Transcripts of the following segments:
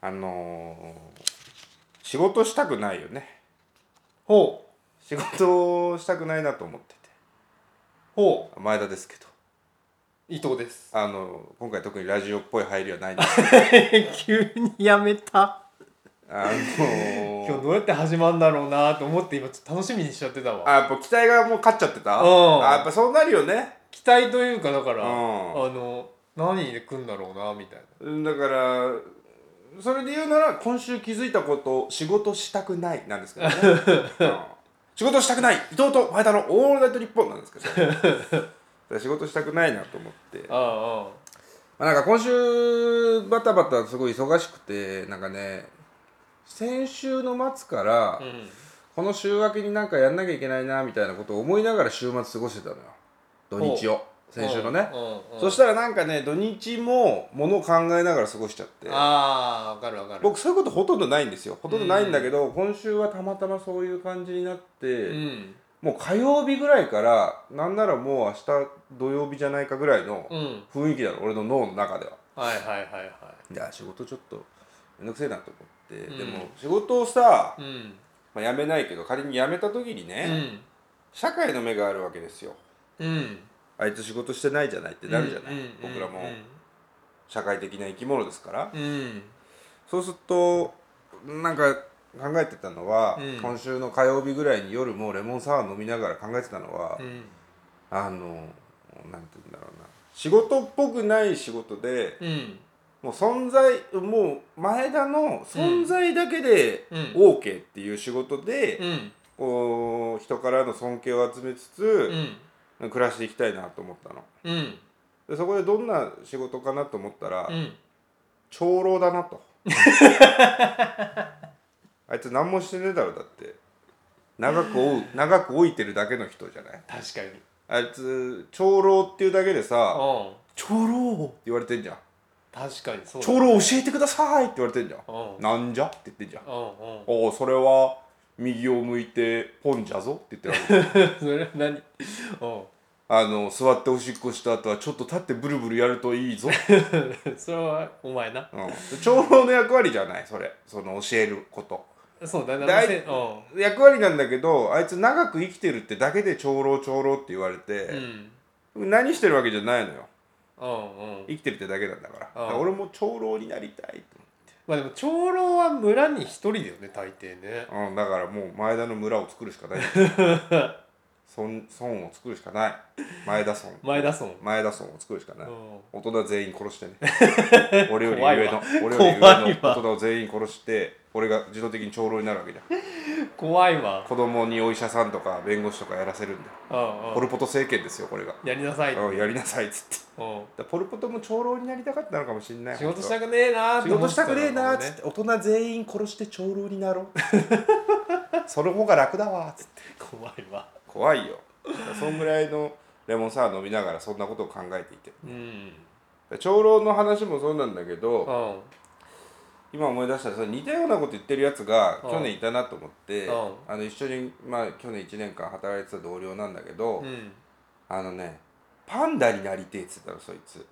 あのー仕事したくないよねほう仕事をしたくないなと思ってほて前田ですけどう伊藤です あの今回特にラジオっぽい入りはないんです 急にやめたあの今日ーどうやって始まるんだろうなと思って今ちょっと楽しみにしちゃってたわあやっぱ期待がもう勝っちゃってたうんあやっぱそうなるよね期待というかだからあうんの何で来んだろうなみたいうんだからそれで言うなら今週気づいたこと仕事したくないなんです けどね、うん仕事したくない伊藤と前田のオールナイト日本なんですけどだ から仕事したくないなと思ってなあまあ、なんか今週バタバタすごい忙しくてなんかね先週の末からあうんこの週明けになんかやんなきゃいけないなみたいなことを思いながら週末過ごしてたのよ土日を先週のねうんうんそしたらなんかね土日もものを考えながら過ごしちゃってああわかるわかる僕そういうことほとんどないんですよほとんどないんだけど今週はたまたまそういう感じになって、うんもう火曜日ぐらいからなんならもう明日土曜日じゃないかぐらいのうん雰囲気なの俺の脳の中では。はいはいはいはいや仕事ちょっとめんどくせえなと思って、うんでも仕事をさい、うんまあ、辞めないけど仮に辞めた時にね、社会の目があるわけですようんうんあいつ仕事してないじゃないってなるじゃない、うんうん僕らも社会的な生き物ですから、うんうんそうするとなんか考えてたのは、うん今週の火曜日ぐらいに夜もうレモンサワー飲みながら考えてたのは、うんあのなんて言うんだろうな仕事っぽくない仕事で、うんもう存在もう前田の存在だけでうん OK っていう仕事で、うんこう人からの尊敬を集めつうつ、ん暮らしていきたいなと思ったのうんでそこでどんな仕事かなと思ったら、うん長老だな とあいつ何もしてねえだろだって長く老い長く老いてるだけの人じゃない確かにうんあいつ長老っていうだけでさ「長老」って言われてんじゃん確かに「そうだ長老教えてください」って言われてんじゃんうんなんじゃって言ってんじゃん。うんうんおお、それは右を向いてポンじゃぞって言 ってるそれは何おあの、座っておしっこした後はちょっと立ってブルブルやるといいぞ。うそれはお前なうん、長老の役割じゃない、それ。その教えること。そうだなだいせうん役割なんだけど、あいつ長く生きてるってだけで長老長老って言われうて、ん何してるわけじゃないのよ。うんうん生きてるってだけなんだから。だうんから俺も長老になりたいまあでも長老は村に一人だよね大抵ねと思って。うん、だからもう前田の村を作るし かない。村村を作るしかない。前田村。前田村前田村を作るしかない。うん大人全員殺してね 俺より怖い上のわ俺より怖上いのわ大人を全員殺して俺が自動的に長老になるわけ じゃん怖いわ子供にお医者さんとか弁護士とかやらせるんだようんポうルポト政権ですよこれが、んやりなさいうんうんやりなさいっつってだからポルポトも長老になりたかったのかもしんない仕事したくくねえなーって仕思事っしてたたのくねえなかーもっねつって大人全員殺して長老になろ うその方が楽だわーっつって怖いわ怖いよだからそんぐらいのレモンサワー飲みながらそんなことを考えていてうん長老の話もそうなんだけど、うん今思い出したその似たようなこと言ってるやつがうん去年いたなと思ってうんあの一緒に、まあ、去年1年間働いてた同僚なんだけど、うんあのねパンダになりてえっつってたのそいつ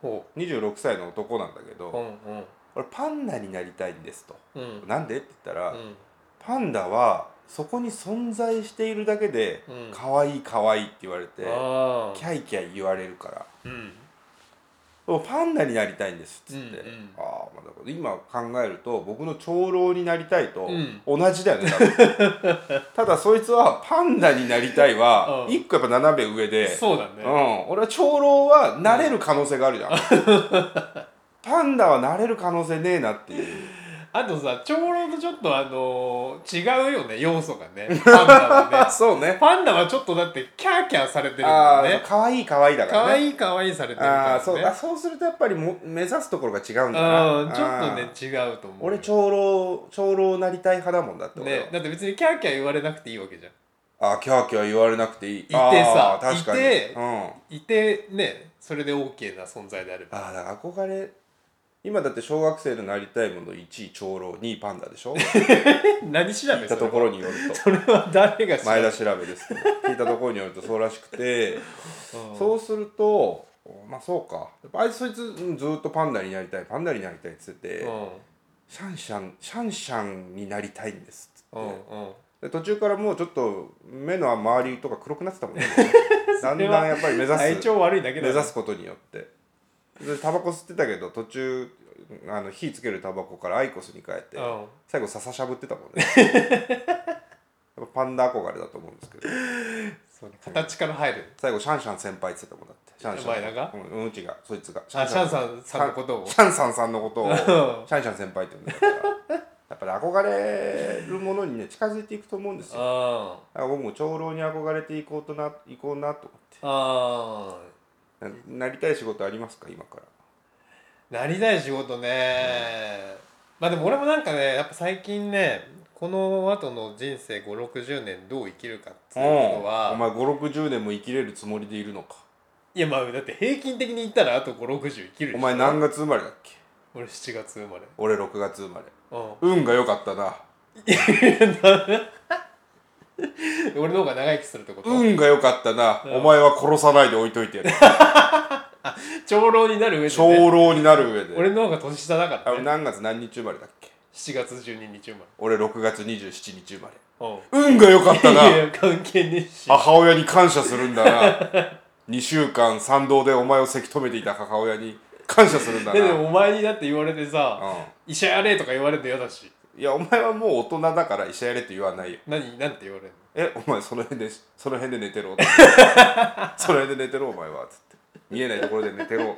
ほ26歳の男なんだけううどんうん「俺パンダになりたいんです」とうん「なんで?」って言ったら、うんパンダはそこに存在しているだけでうん「可愛い可愛いって言われて、あキあャイキャイ言われるから。うんもうパンダになりたいんですっつって、うんうんああまあだから今考えると僕の長老になりたいとうん同じだよね、多分 ただそいつはパンダになりたいはうん一個やっぱ斜め上で、そうだうねん、俺は長老はなれる可能性があるじゃん、パンダはなれる可能性ねえなって いうあとさ長老とちょっとあのー違うよね要素が ねパンダはねそうねパンダはちょっとだってキャーキャーされてるもあんあね可愛い可愛いだかからわねいいかわいいされてるから、ね、ああそうあそうするとやっぱりも目指すところが違うんだなうんちょあっあとね違うと思う俺長老長老なりたい派だもんだって俺はねだって別にキャーキャー言われなくていいわけじゃあキャーキャー言われなくていいいてさ確かにいてうん、あんいてねそれで OK な存在であればあだから憧れ今だって小学生のなりたいもの1位長老2位パンダでしょ聞え何調べいたところによる それは誰がと調前べ田調べですけど聞いたところによるとそうらしくてうんそうするとまあそうかやっぱあいつそいつうんずっとパンダになりたいパンダになりたいっつってて、うんシャンシャンシャンシャンになりたいんですっつってうんうんで途中からもうちょっと目の周りとか黒くなってたも んねだんだんやっぱり目指す体調悪いだけ目だ指すことによってでタバコ吸ってたけど途中あの火つけるタバコからアイコスに変えてうん最後笹しゃぶってたもんね やっぱパンダ憧れだと思うんですけどそうね形から入る最後シャンシャン先輩っつってたもんだってシャンシャンお前らがうん、うん、うちがそいつがシあシャンさんさんのことをシャンさんさんのことをシんャンシャン先輩って呼んでたからやっぱり憧れるものにね近づいていくと思うんですよあだから僕も長老に憧れていこうとな行こうなとあ思ってななりたい仕事ありますか今からなりたい仕事ね、まあでも俺もなんかねやっぱ最近ねこの後の人生560年どう生きるかっていうことは、お前560年も生きれるつもりでいるのかいやまあだって平均的に言ったらあと560生きるでしょお前何月生まれだっけ俺7月生まれ俺6月生まれう運が良かったなん俺の方が長生きするってこと、運が良かったな、お前は殺さないで置いといてや る長老になる上で、ね、長老になる上で俺の方が年下だかあら、れね、何月何日生まれだっけ7月12日生俺6月27日生まれまれうん運が良かった いやいなや関係ねえし母親に感謝するんだな2 週間参道でお前をせき止めていた母親に感謝するんだででな、もお前にだって言われてさう医者やれとか言われて嫌だしん、いやお前はもう大人だから医者やれって言わないよ何なんて言われるえお前その辺でその辺で寝てろ その辺で寝てろお前はつって見えないところで寝てろ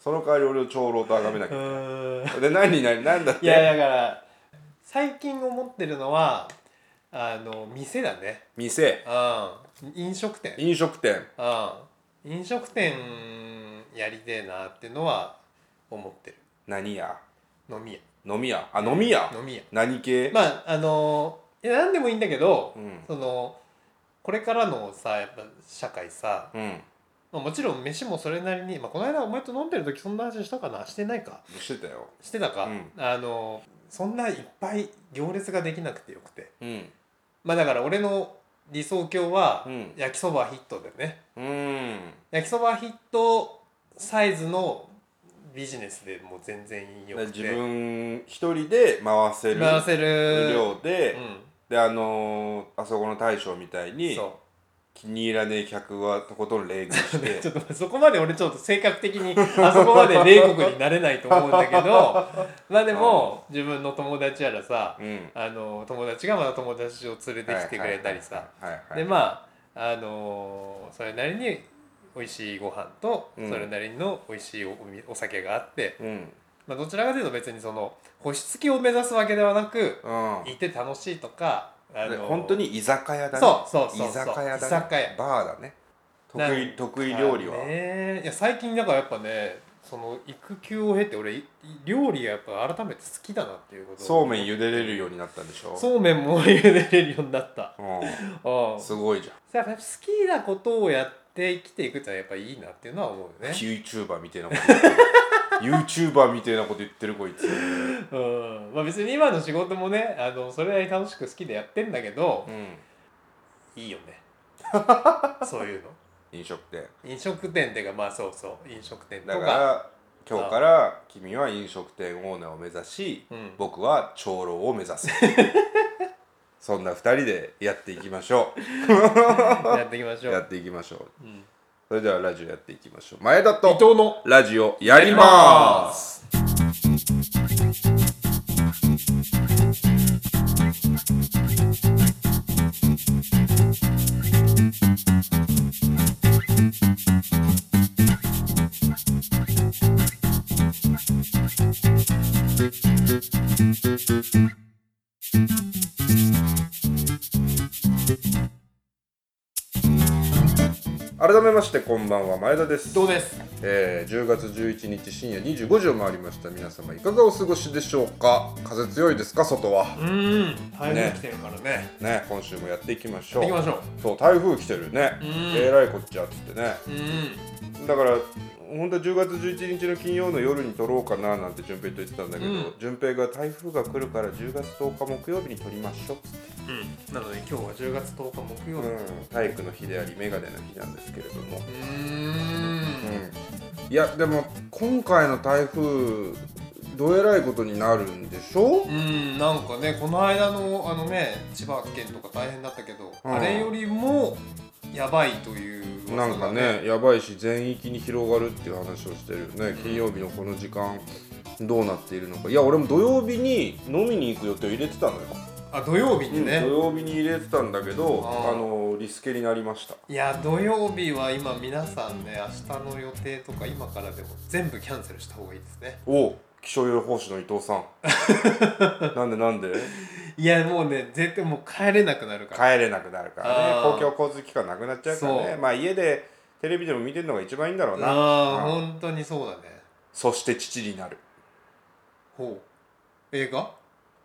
その代わり俺を長老と崇めなきゃのうーんで何に何なんだっていやだから最近思ってるのはあの店だね店うん飲食店飲食店うん飲食店やりてえなっていうのは思ってる何や飲み屋飲み屋あ飲み屋飲み屋何系、まああのいや何でもいいんだけど、うんそのこれからのさやっぱ社会さ、うんまあ、もちろん飯もそれなりに、まあ、この間お前と飲んでる時そんな話したかなしてないかしてたよしてたか、うんあのそんないっぱい行列ができなくてよくてうんまあだから俺の理想郷はうん焼きそばヒットでねうん焼きそばヒットサイズのビジネスでもう全然いいよくて自分一人で回せる回せる量で、うであのーあそこの大将みたいんにそ気に入らねえ客はとことん冷遇しうて ちょっと待ってそこまで俺ちょっと性格的にあそこまで冷酷になれないと思うんだけど まあでも自分の友達やらさうんあの友達がまた友達を連れてきてくれたりさはいはいはいはいでまああのーそれなりに美味しいご飯とそうんれなりの美味しいおみお酒があって、うんまあ、どちらかというと別にその星付きを目指すわけではなくうんいて楽しいとか、あのでー本当に居酒屋だねそうそうそうそう居酒屋だね居酒屋バーだね得な意ん得意料理は、あねいや最近だからやっぱねその育休を経て俺い料理がやっぱ改めて好きだなっていうことそうめん茹でれるようになったんでしょそうめんも茹でれるようになったううんん、すごいじゃんやっぱ好きなことをやって生きていくってのはやっぱいいなっていうのは思うよね YouTuber みたいなこと言ってる YouTuber みたいなこと言ってるこいつううんまあ別に今の仕事もねあのそれなりに楽しく好きでやってんだけど、んいいよ ねそういうの飲食店飲食店っていうかまあそうそう飲食店とだかから今日から君は飲食店オーナーを目指し、うん僕は長老を目指 すそんな二人でやっていきましょやっていきましうょやう、っていきましょううん、それではラジオやっていきましょう前田伊と藤のラジオやります改めましてこんばんは前田ですどうですえー10月11日深夜25時を回りました皆様いかがお過ごしでしょうか風強いですか外はうん台風ね来てるからねね今週もやっていきましょ行うきましょそう台風来てるねうえらいこっちゃっつってねうんうんだから本当は10月11日の金曜の夜に撮ろうかななんて順平と言ってたんだけど、うん順平が台風が来るから10月10日木曜日に撮りましょうっつって、なので今日は10月10日木曜う、日うん体育の日であり眼鏡の日なんですけれども、ーんうんいやでも今回の台風どえらいことになるんでしょうんなんかねこの間のあのね千葉県とか大変だったけど、うんあれよりもやばいというな噂がんかねやばいし全域に広がるっていう話をしてるよね金曜日のこの時間どうなっているのかいや俺も土曜日に飲みに行く予定を入れてたのよ、あ土曜日にね、土曜日に入れてたんだけどあーあのリスケになりましたいや土曜日は今皆さんね明日の予定とか今からでも全部キャンセルした方がいいですねお気象予報士の伊藤 さんなんでなんでいやもうね絶対もう帰れなくなるから帰れなくなるからあねー公共交通機関なくなっちゃうからそねうまあ家でテレビでも見てるのが一番いいんだろうなああう本当にそうだねそして父になるほう映画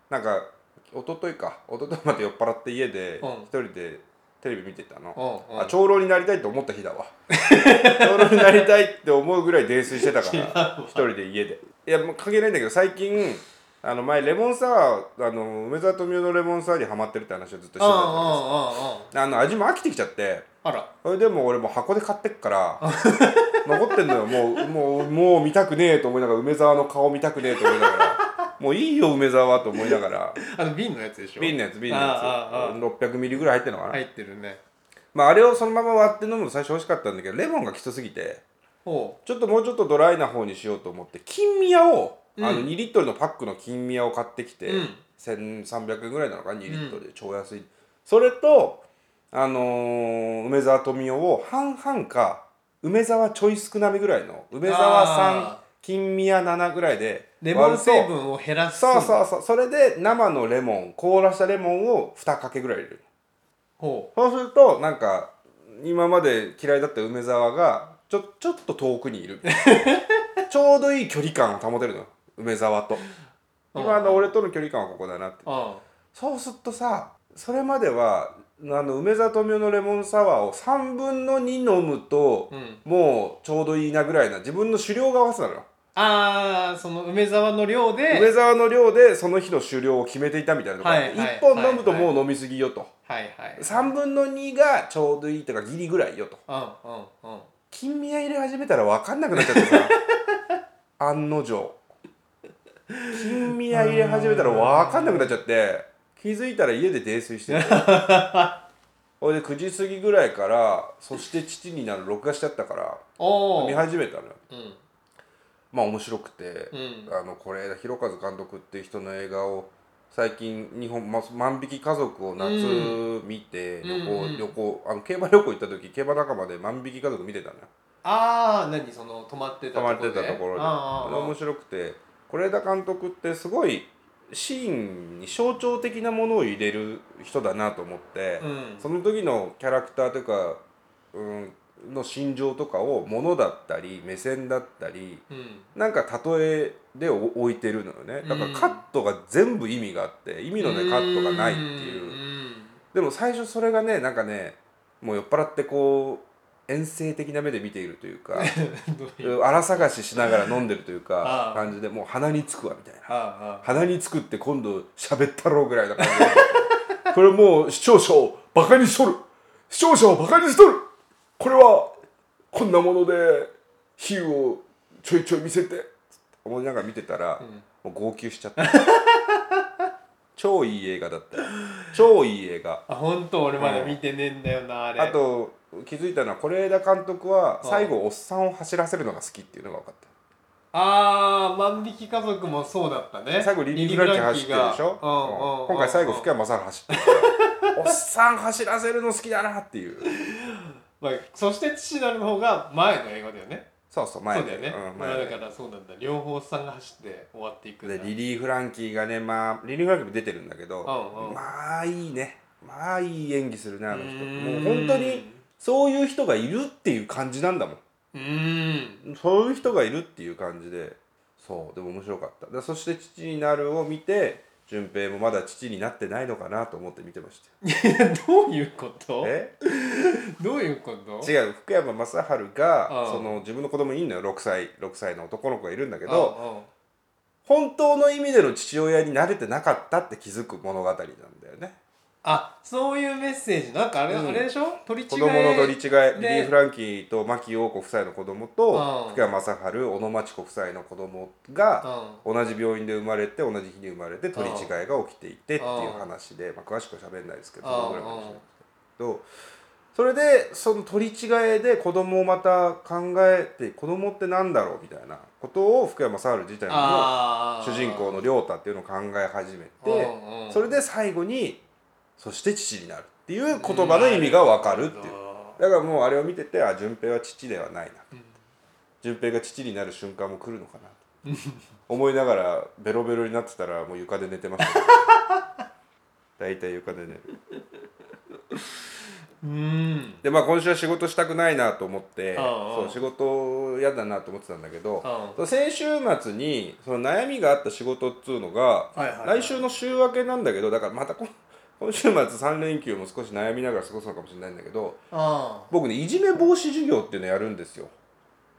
なんか一昨日か一昨日まで酔っ払って家でうん一人でテレビ見てたの、うんうんあ長老になりたいと思った日だわ 長老になりたいって思うぐらい泥酔してた から一人で家でいやもう関係ないんだけど最近あの前レモンサワーあの梅沢富美男のレモンサワーにハマってるって話をずっとしてたあじあゃないですかあああの味も飽あきてきちゃってああらそれでも俺もう箱で買ってっから残ってんのよもうもうもう見たくねえと思いながら梅沢の顔見たくねえと思いながらもういいよ梅沢と思いながらあの瓶のやつでしょ瓶のやつ瓶のあああやあつ600ミリぐらい入ってるのかな、入ってるねまあ、あれをそのまま割って飲むの最初美味しかったんだけどレモンがきつすぎてほちょっともうちょっとドライな方にしようと思って金宮を、うんあの2リットルのパックの金宮を買ってきて、うん1300円ぐらいなのかな2リットルで超安い、それと、あのー梅沢富美男を半々か梅沢ちょい少なめぐらいの梅沢あ3金宮7ぐらいうでレモン成割る分を減らとすそうそうそうそれで生のレモン凍らしたレモンを2かけぐらい入れるほそうするとなんか今まで嫌いだった梅沢がちょちょっと遠く にいるちょうどいい距離感を保てるのよ梅沢と今の俺との距離感はここだなってううんそうするとさそれまではあの梅沢富美男のレモンサワーを3分の2飲むと、うんもうちょうどいいなぐらいな自分の狩猟が合わせたのよああその梅沢の量で梅沢の量でその日の狩猟を決めていたみたいなとこ、はいはい1本飲むともう飲みすぎよと、はいはい3分の2がちょうどいいとかギリぐらいよとうんうんうん金宮入れ始めたら分かんなくなっちゃって さ案の定金宮入れ始めたら分かんなくなっちゃって気づいたら家で泥酔 しててほいで9時過ぎぐらいから「そして父になる」録画しちゃったからおお見始めたのようんまあ面白くて、うんあの是枝裕和監督っていう人の映画を最近日本、ま、万引き家族を夏見て、うん旅行、うんうん旅行あの競馬旅行行った時競馬仲間で万引き家族見てたのよああ何その泊まってた泊まところっでてたところでああーれあー面白くて是枝監督ってすごいシーンに象徴的なものを入れる人だなと思って、うんその時のキャラクターというか、うん、の心情とかをものだったり目線だったりうんなんか例えでお置いてるのよねだかうらんカットが全部意味があって意味のねカットがないっていう。うんでも最初それがねなんかねもう酔っ払ってこう遠征的な目で見ているというか どういう荒探ししながら飲んでるという あかあ感じでもう鼻につくわみたいなあーあ鼻につくって今度喋ったろうぐらいな感じで これもう視聴者をバカにしとる視聴者をバカにしとるこれはこんなもので比喩をちょいちょい見せて思いながら見てたら、もう号泣しちゃった 超いい映画だったよ超いい映画ーあ本当俺まだ見てねえんだよなあれあと気づいたのは是枝監督はうん最後おっさんを走らせるのが好きっていうのが分かっああ万引き家族もそうだったねた最後リリー・フランキー走ってるでしリリーフランキーがうんうんょううんん今回最後福山雅治走ってるからおっさん走らせるの好きだなっていうまあそして父なるの方が前の映画だよねそうそうそ前うだよねうんま前あだでからそうなんだ両方おっさんが走って終わっていくんだでリリー・フランキーがねまあリリー・フランキーも出てるんだけどうんうんまあいいねまあいい演技するねあの人もうーうん本当にそういう人がいるっていう感じなんだもんうーん そういう人がいるっていう感じでそうでも面白かったでそして「父になる」を見て順平もまだ父になってないのかなと思って見てましたよどういうことえどういうこと違う福山雅治がうんその自分の子供いんのよ6歳6歳の男の子がいるんだけけど本当の意味での父親に慣れてなかったって気づく物語なんだよねあそういうメッセージなんかあれ,、うんあれでしょ取り違子え供の取り違えでリリー・フランキーと牧陽子夫妻の子供とうん福山雅治小野真知子夫妻の子供が同じ病院で生まれて同じ日に生まれて取り違えが起きていてっていう話で、まあ、詳しくは喋んないですけどそのぐらいの話なんですけどそれでその取り違えで子供をまた考えて子供ってなんだろうみたいなことを福山雅治自体のあー主人公の亮太っていうのを考え始めて。うんうんそれで最後に「そして父になる」っていう言葉の意味がわかるっていうだからもうあれを見ててあ順平は父ではないなうん順平が父になる瞬間も来るのかなと思いながらベロベロになってたらもう床で寝てま した、ね、大体床で寝るうんでまあ今週は仕事したくないなと思ってああそう仕事嫌だなと思ってたんだけどあ先週末にその悩みがあった仕事っつうのがはいはいはい来週の週明けなんだけどだからまたこ今週末3連休も少し悩みながら過ごすのかもしれないんだけどあ僕ねいじめ防止授業っていうのやるんですよ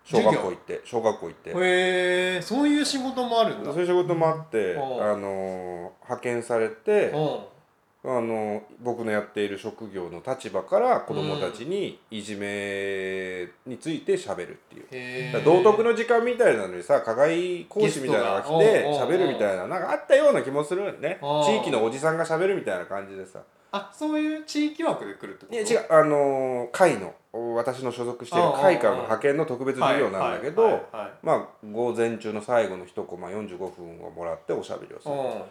小学校行って小学校行ってへえそういう仕事もあるんだそういう仕事もあって、うんあのー派遣されて、うんあの僕のやっている職業の立場から子どもたちにいじめについて喋るっていう、へだーから道徳の時間みたいなのにさ課外講師みたいなのが来ゲスてトがおうおうおう喋るみたいななんかあったような気もするよねあー地域のおじさんが喋るみたいな感じでさあそういう地域枠で来るってこといや違うあのー会のお私の所属している会館の派遣の特別授業なんだけはいはいどはいはいまあ午前中の最後の1コマ45分をもらっておしゃべりをすうるん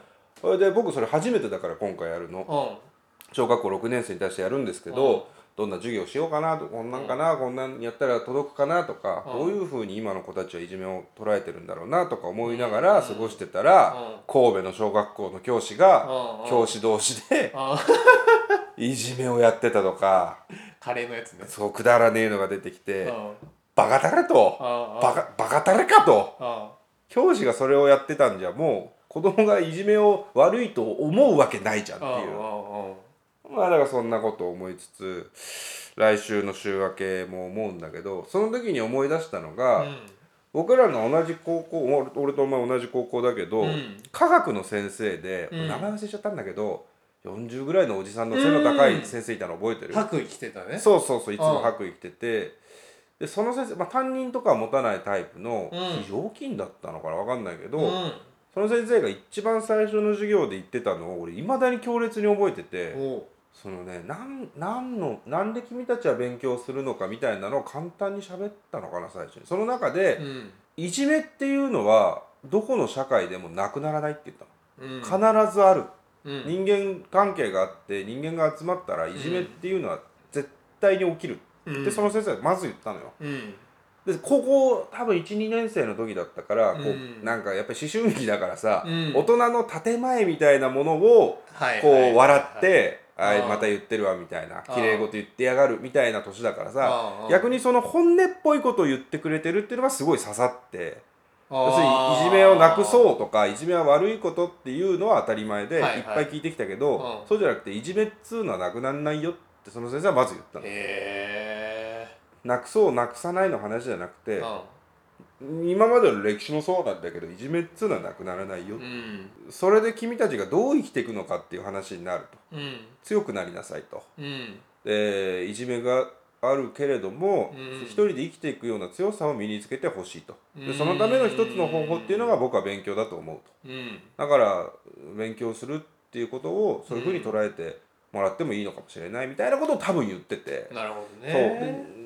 それで僕それ初めてだから今回やるのうん小学校6年生に対してやるんですけうんどどんな授業しようかなとこんなんかなこんなんやったら届くかなとかうんどういうふうに今の子たちはいじめを捉えてるんだろうなとか思いながら過ごしてたらうん神戸の小学校の教師がうんうん教師同士であいじめをやってたとかカレーのやつねそうくだらねえのが出てきうんてうんバカタレとバカバカタレかとうん教師がそれをやってたんじゃもう子供がいじめを悪いと思うわけないじゃんってうんいう。うんうんまあだからそんなことを思いつつ来週の週明けも思うんだけどその時に思い出したのが、僕らの同じ高校俺俺とお前同じ高校だけど、うん科学の先生で、うん名前忘れちゃったんだけど40ぐらいのおじさんの背の高い先生いたの覚えてる、白衣着てたねそうそうそういつも白衣着ててでその先生、まあ、担任とかは持たないタイプのうん非常勤だったのかな分かんないけど、うんその先生が一番最初の授業で言ってたのを俺いまだに強烈に覚えてて。おうそのねなんなんのなんで君たちは勉強するのかみたいなのを簡単に喋ったのかな最初にその中で、うんいじめっていうのはどこの社会でもなくならないって言ったうんの、必ずある、うん人間関係があって人間が集まったらいじめっていうのは絶対に起きるうっんてその先生がまず言ったのようんで高校多分12年生の時だったからこう、うんなんかやっぱり思春期だからさ、うん大人の建前みたいなものをはいはいはいはこいう笑って「はいああいーまた言ってるわ」みたいなー綺麗事言ってやがるみたいな年だからさああ逆にその本音っぽいことを言ってくれてるっていうのがすごい刺さって要するあにーいじめをなくそうとかいじめは悪いことっていうのは当たり前でいはいはいっぱい聞いてきたけど、うんそうじゃなくていじめっつうのはなくならないよってその先生はまず言ったの。へなくそうなくさないの話じゃなくえて今までの歴史もそうなんだけどいじめっつうのはなくならないよう、んそれで君たちがどう生きていくのかっていう話になるとうん強くなりなさいと。うんえーいじめがあるけれども、うん一人で生きていくような強さを身につけてほしいとうでんそのための一つの方法っていうのが僕は勉強だと思うとうんだから勉強するっていうことをそういうふうに捉えてもらってもいいのかもしれないみたいなことを多分言ってて、なるほどそうでねう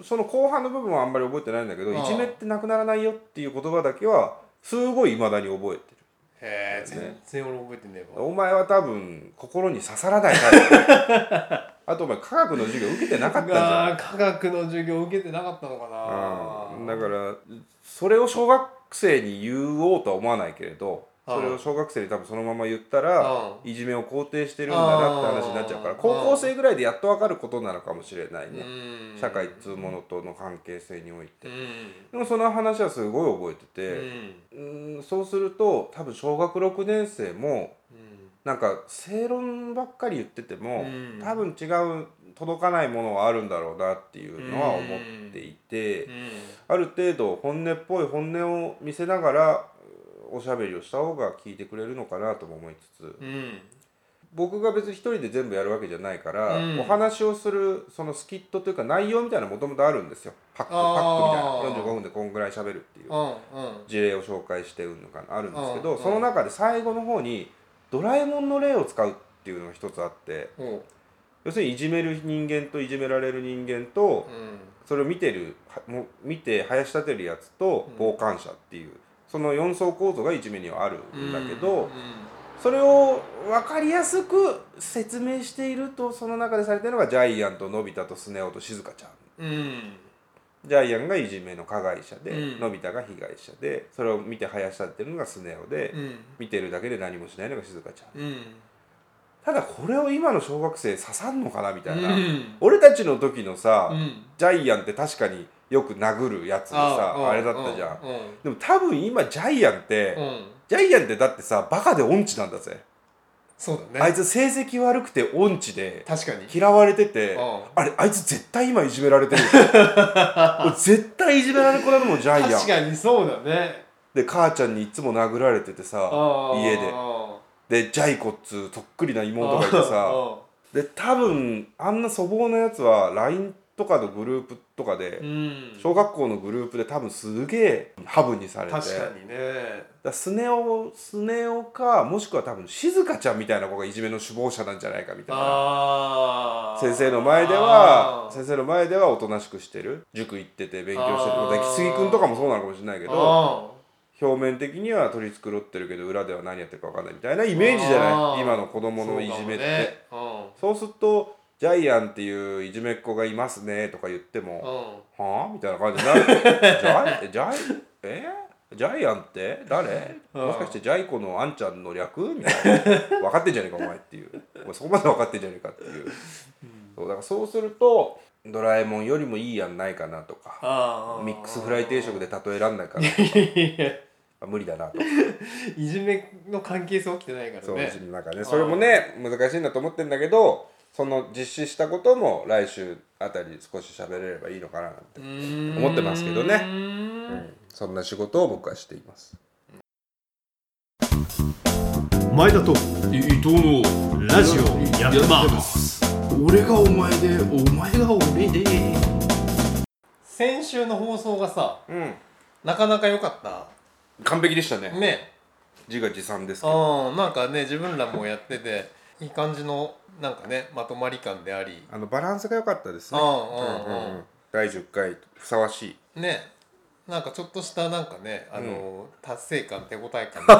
んその後半の部分はあんまり覚えてないんだけどああいじめってなくならないよっていう言葉だけはすごい未だに覚えてるへえそうね全然俺覚えてねえわお前は多分心に刺さらないタイプ あとお前科学の授業受けてなかったんじゃないあー科学の授業受けてなかったのかうんなだからそれを小学生に言おうとは思わないけれどうんそれを小学生に多分そのまま言ったらうんいじめを肯定してるんだなって話になっちゃうからうん高校生ぐらいでやっと分かることなのかもしれないねうん社会っつうものとの関係性においてうんでもその話はすごい覚うえててんうんそうすると多分小学6年生もうんなんか正論ばっかり言っててもうん多分違う届かないものはあるんだろうなっていうのは思っていて。ある程度本音っぽい本音を見せながらうーおしゃべりをした方が聞いてくれるのかなとも思いつつうんうん僕が別に一人で全部やるわけじゃないから、うんお話をするそのスキットというか内容みたいなのもともとあるんですよパックパあッークみたいな45分でこんぐらい喋るっていううん事例を紹介してうんのかなあるんですけうんどうんその中で最後の方にドラえもんの例を使うっていうのが一つあってうんおう要するにいじめる人間といじめられる人間とうそれを見てるはもう見て林立てるやつとうん傍観者っていうその4層構造がいじめにはあるんんだけど、うんそれを分かりやすく説明しているとその中でされてるのがジャイアンとのび太とスネ夫と静香ちゃんうんジャイアンがいじめの加害者で、うんのび太が被害者でそれを見て林立ってるのがスネ夫で、うん見てるだけで何もしないのが静香ちゃんうんただこれを今の小学生刺さんのかなみたいな、うん俺たちの時のさ、うんジャイアンって確かによく殴るやつでさうんあれだったじゃん、うんでも多分今ジャイアンって、うんうんジャイアンってだってさバカで音痴なんだぜ、そうだあいねつ成績悪くて音痴で確かに嫌われてて、うんあれあいつ絶対今いじめられてる俺絶対いじめられっ子だもんジャイアン確かにそうだねで母ちゃんにいつも殴られててさ家ででジャイコっつうとっくりな妹がいてさで多分あんな粗暴なやつは LINE とかのグループとかで、うん小学校のグループで多分すげえハブにされて確かにねだスネ夫スネ夫かもしくは多分静香ちゃんみたいな子がいじめの首謀者なんじゃないかみたいなあー先生の前ではあー先生の前ではおとなしくしてる塾行ってて勉強してるあまーあ出来杉君とかもそうなのかもしれないけどあ表面的には取り繕ってるけど裏では何やってるか分かんないみたいなイメージじゃあないー今の子ー供のいじめってそうかもねそうするとジャイアンっていういじめっ子がいますねとか言っても、うんうんはあみたいな感じになるジャイジ ャイえジャイアンって誰うんもしかしてジャイ子のあんちゃんの略みたいな分かってんじゃねえかお前っていうお前そこまで分かってんじゃねえかっていうそうだからそうすると「ドラえもんよりもいいやんないかな」とかあ「ーミックスフライ定食で例えらんないかな」いやあ 無理だな といじめの関係性起きてないからねそう自分の中でねあーそれもね難しいんだと思ってんだけどその実施したことも来週あたり少し喋れればいいのかななんて、思思ってますけどねうんそんな仕事を僕はしています。前田と伊藤のラジオやってます俺がお前でお前が俺で先週の放送がさうんなかなか良かった完璧でしたねね自画自賛ですけどうんなんかね自分らもやってていい感じのなんかねまとまり感でありあのバランスが良かったですねうんうんうん第10回ふさわしいねなんかちょっとしたなんかねあの、達成感手応え感みたいな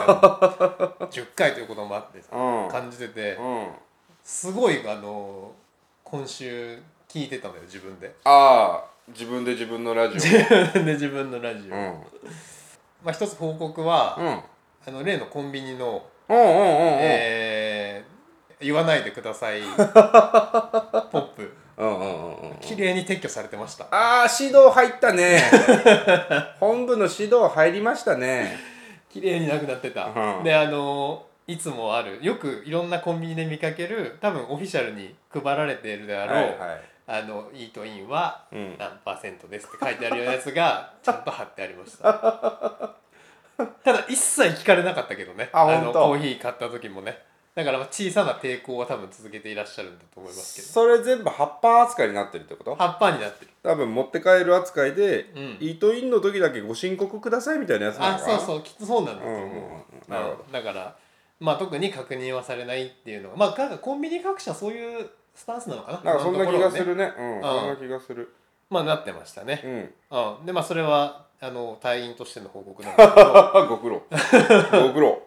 10回ということもあってさうん感じててうんすごいあの今週聞いてたのよ自分でああ自分で自分のラジオ で自分のラジオ、うんまあ一つ報告は、うんあの例のコンビニの、うんうんうんうんえー言わないでくだ さいポップうんうんうんうん綺麗に撤去されてましたああ指導入った ね本部の指導入りましたね綺麗になくなってた、うんであのいつもあるよくいろんなコンビニで見かける多分オフィシャルに配られているであろう、はいあのイートインはうん何パーセントですって書いてあるようなやつ がちゃんと貼ってありましたただ一切聞かれなかったけどねあの本当コーヒー買った時もねだからまあ小さな抵抗は多分続けていらっしゃるんだと思いますけどそれ全部葉っぱ扱いになってるってこと葉っぱになってる多分持って帰る扱いで、うんイートインの時だけご申告くださいみたいなやつなのあかなそうそうきっとそうなんだと思う、うんうんうんなるほどうんだからまあ特に確認はされないっていうのがまあなんかコンビニ各社そういうスタンスなのかななんかそんな気がす今のところはねるねうんんそんな気がするまあなってましたねう、んうんでまあそれはあの隊員としての報告なんですけど あ ご苦労ご苦労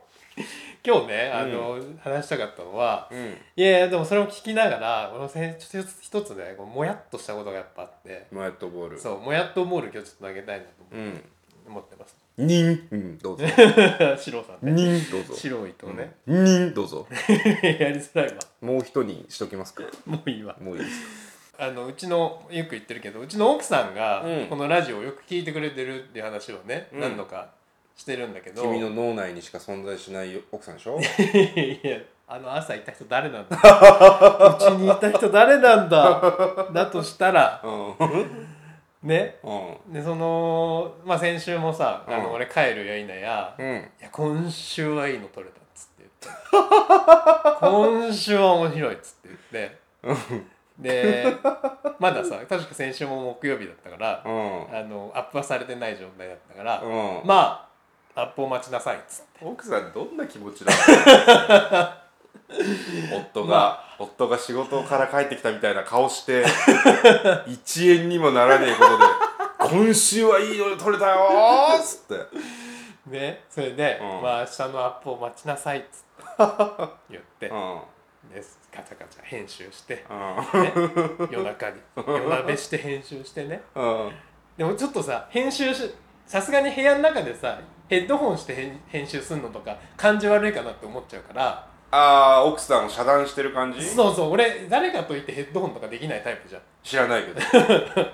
今日ねあの、話したかったのはうんいやいやでもそれを聞きながら俺もせちょっと一つねこうもやっとしたことがやっぱあってマヤットボールそうもやっとボール今日ちょっと投げたいなとうん思ってますにんうんどう ぞ白さんねにんどうぞ白いとね、にんどうぞ やりづらいわもう一人しときますかもういいわもういいですあのうちのよく言ってるけどうちの奥さんがうんこのラジオをよく聞いてくれてるっていう話をね、うん何度かしてるんだけど君の脳内にしか存在しない奥さんでしょいやあの朝いた人 誰なんだうちにいた人誰なんだだとしたらうんねうんでその、まあ、先週もさ、あうんの俺帰るやいなや、うんいや今週はいいの取れたっつって今週は面白いっつって言ってでまださ確か先週も木曜日だったからうんあのアップはされてない状態だったからうんまあアップを待ちなさいっつって奥さんどんな気持ちだ 夫が、夫が仕事から帰ってきたみたいな顔して 一円にもならねえことで「今週はいいの取れたよ」っつってねそれで、うんまあ明日のアップを待ちなさいっつって 言ってう、んでカチャカチャ編集して、うね、夜中に夜なべして編集してねんうんでもちょっとさ編集しさすがに部屋の中でさヘッドホンして編編集するのとか感じ悪いかなって思っちゃうからああ奥さんを遮断してる感じそうそう俺誰かといってヘッドホンとかできないタイプじゃん知らないけど、うん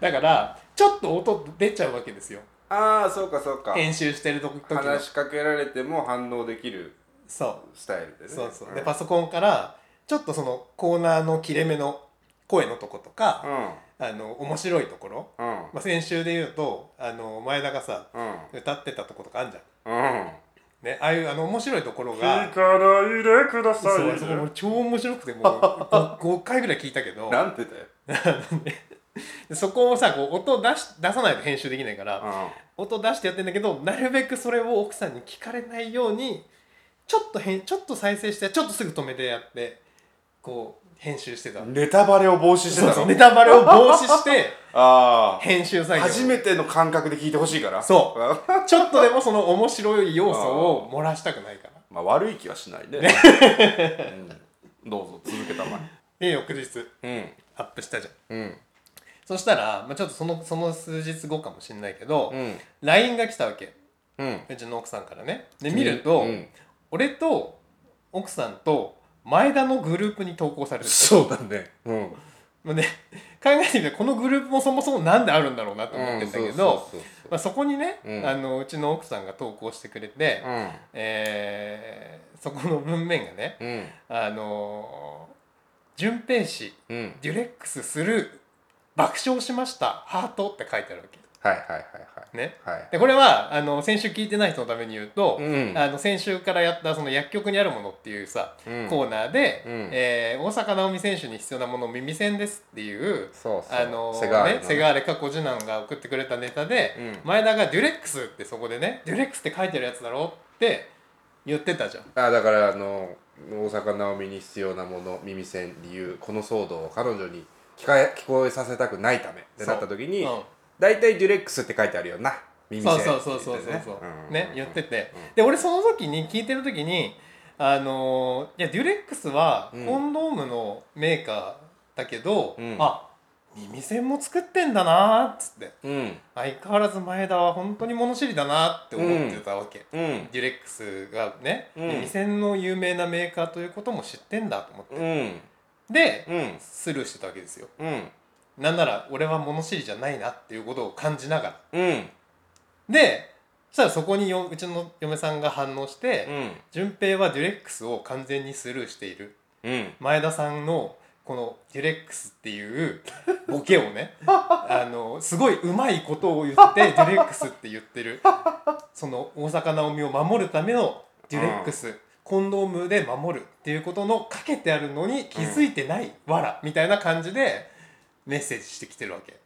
だからちょっと音出ちゃうわけですよああそうかそうか編集してる時時の話しかけられても反応できるそうスタイルでねそうそう、んでパソコンからちょっとそのコーナーの切れ目の声のとことうか、んあの面白いところ、うんまあ、先週で言うとあの前田がさうん歌ってたとことかあんじゃんうんねああいうあの面白いところ聞がかないでくだそさいうそう俺超面白くてもう 5, 回ぐらい聞いたけどなんてだよ、でそこをさこう音を出し出さないと編集できないから、音出してやってんだけどなるべくそれを奥さんに聞かれないようにちょっとへんちょっと再生してちょっとすぐ止めてやってこう編集してたうん、ネタバレを防止してたそうのそうネタバレを防止して ああ編集作業を初めての感覚で聞いてほしいからそうちょっとでもその面白い要素を漏らしたくないから まあ悪い気はしないね、うん、どうぞ続けたまで翌日えアップしたじゃうんんうんそしたら、まあ、ちょっとそのその数日後かもしれないけど、ん LINE が来たわけうんうちの奥さんからねで見ると、うん俺と奥さんと前田のグループに投稿されててそうだねうんまあね、考えてみたらこのグループもそもそもなんであるんだろうなと思ってんだけどそうまあそこにね、うんあのうちの奥さんが投稿してくれて、うんえーそこの文面がねうん「あのー順平氏うんデュレックスする爆笑しましたハート」って書いてあるわけはいはいはいね。はいはいでこれはあの先週聞いてない人のために言うと、うんあの先週からやったその薬局にあるものっていうさ、うんコーナーで、うんえー大坂なおみ選手に必要なものを耳栓ですっていうそうそうあのーセガールのね、セガーレか小次男が送ってくれたネタで、うん前田が「デュレックス」ってそこでね「デュレックスって書いてるやつだろ」って言ってたじゃん。あだからあの大阪なおみに必要なもの耳栓理由この騒動を彼女に聞かえ聞こえさせたくないためってなった時にうん大体、デュレックスって書いてあるよな耳そ栓うそうそうそうそうそう、うんね言ってて、うんで俺その時に聞いてる時にあのーいやデュレックスはうんコンドームのメーカーだけど、うんあ耳栓も作ってんだなーっつってうん相変わらず前田は本当に物知りだなって思ってたわけ、うんデュレックスがね、うん耳栓の有名なメーカーということも知ってんだと思って、うんで、うんスルーしてたわけですようんなんなら俺は物知りじゃないなっていうことを感じながらうんでそしたらそこにようちの嫁さんが反応してうん「順平はデュレックスを完全にスルーしているうん前田さんのこのデュレックスっていうボケをねあのすごいうまいことを言ってデュレックスって言ってるその大坂なおみを守るためのデュレックス、コンドームで守るっていうことのかけてあるのに気づいてない、わらみたいな感じでメッセージしてきてるわけ。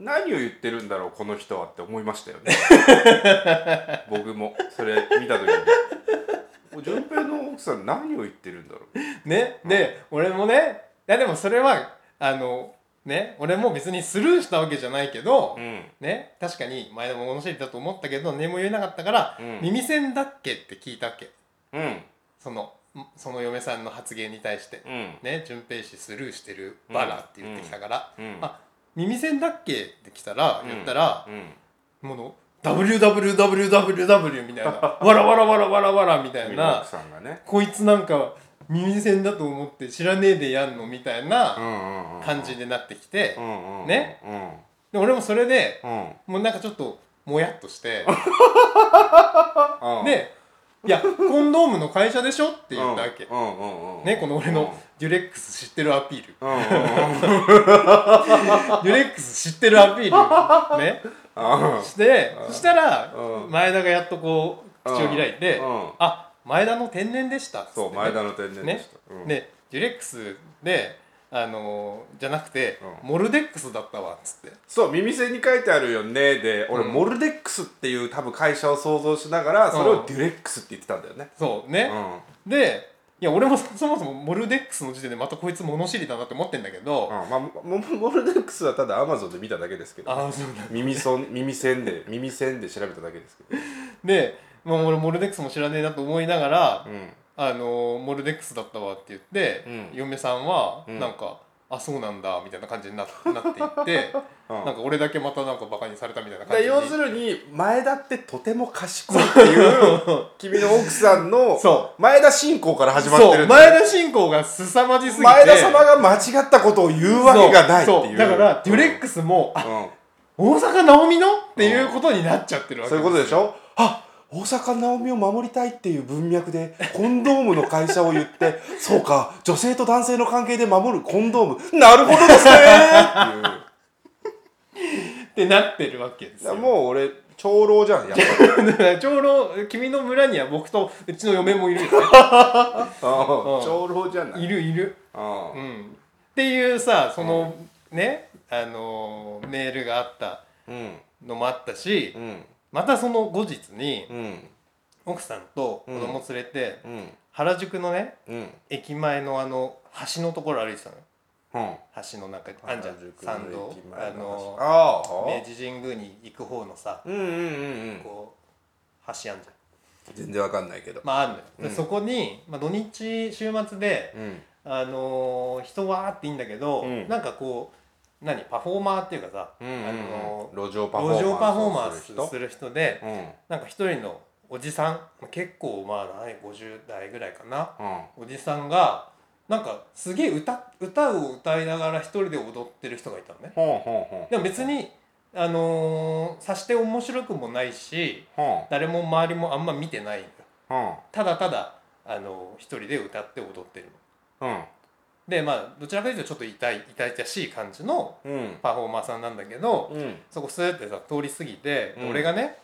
何を言ってるんだろうこの人はって思いましたよね 僕もそれ見た時に順平の奥さん何を言ってるんだろうね、で、俺もねいやでもそれはあのね俺も別にスルーしたわけじゃないけど、うんね確かに前でも物知りだと思ったけど何も言えなかったから、うん耳栓だっけって聞いたっけうんそのんその嫁さんの発言に対して、うんね順平氏スルーしてるバラって言ってきたから、うんあ耳栓だっけって来たらうん言ったら、うんもうの WWWWW みたいなわらわらわらわらわらみたいな奥さんがねこいつなんか耳栓だと思って知らねえでやんのみたいな感感じになってきて、ねねで俺もそれでうんうんもうなんかちょっともやっとしてうんで「いやコンドームの会社でしょ?」って言ったわけ、うんうんうんねこの俺のデュレックス知ってるアピールうんうんうんデュレックス知ってるアピールをねうんしてそしたらうん前田がやっとこう口を開いてうんあ前田の天然でしたっつってそう前田の天然でした、うんでデュレックスであのーじゃなくて、うモルデックスだったわっつってそう耳栓に書いてあるよねで俺、うんモルデックスっていう多分会社を想像しながらそれうをんデュレックスって言ってたんだよね、そううね、んでいや俺も そそもそもモルデックスの時点でまたこいつ物知りだなって思ってんだけうど、んまあ、モモモルデックスはただアマゾンで見ただけですけどああそうだ耳そん耳栓で耳栓で調べただけですけど、で、まあ、俺モルデックスも知らねえなと思いながら、うん、あのーモルデックスだったわって言って、うん嫁さんはうんなんか、あそうなんだみたいな感じにななっていってうんなんか俺だけまたなんかバカにされたみたいだなか感らじに要するに前田ってとても賢いって いう君の奥さんのそ前田信仰から始まってそるうんだよ前田信仰が凄まじすぎて前田様が間違ったことを言うわけがないってそいううだからデュレックスも、あ大阪直美のっていうことになっちゃってるうわんけそういうことでしょあ大阪直美を守りたいっていう文脈でコンドームの会社を言って そうか女性と男性の関係で守るコンドームなるほどですねーっていうってなってるわけですだからよもう俺長老じゃんやっぱりだから長老君の村には僕とうちの嫁もいるよねうん長老じゃないいるいるうんうんっていうさその、ねあのーメールがあったうんのもあったし、うんまたその後日にうん奥さんと子供連れて、うん原宿のねうん駅前のあの橋のところ歩いてたのようん橋の中あんじゃん原宿の参道駅あ前ののーあ明あ治神宮に行く方のさ、うんうんうんうんこう橋あんじゃん全然わかんないけどまああるのよ、でうんそこに、まあ、土日週末で、うんあのー人はーっていいんだけど、うんなんかこう何パフォーマーっていうかさ、うんうんあの路上パフォーマン路ス上パフォーマンをスする人する人でうんなんか一人のおじさんまあ結構まあない50代ぐらいかなうんおじさんがなんかすげえ歌歌を歌いながら一人で踊ってる人がいたのねほんほんほんでも別にあのー、さして面白くもないしほん誰も周りもあんま見てないのよほんただただ、あのー、一人で歌って踊ってるのうんでまあどちらかというとちょっと痛い痛々しい感じのうんパフォーマーさんなんだけど、うんそこスーってさ通り過ぎて、うん俺がね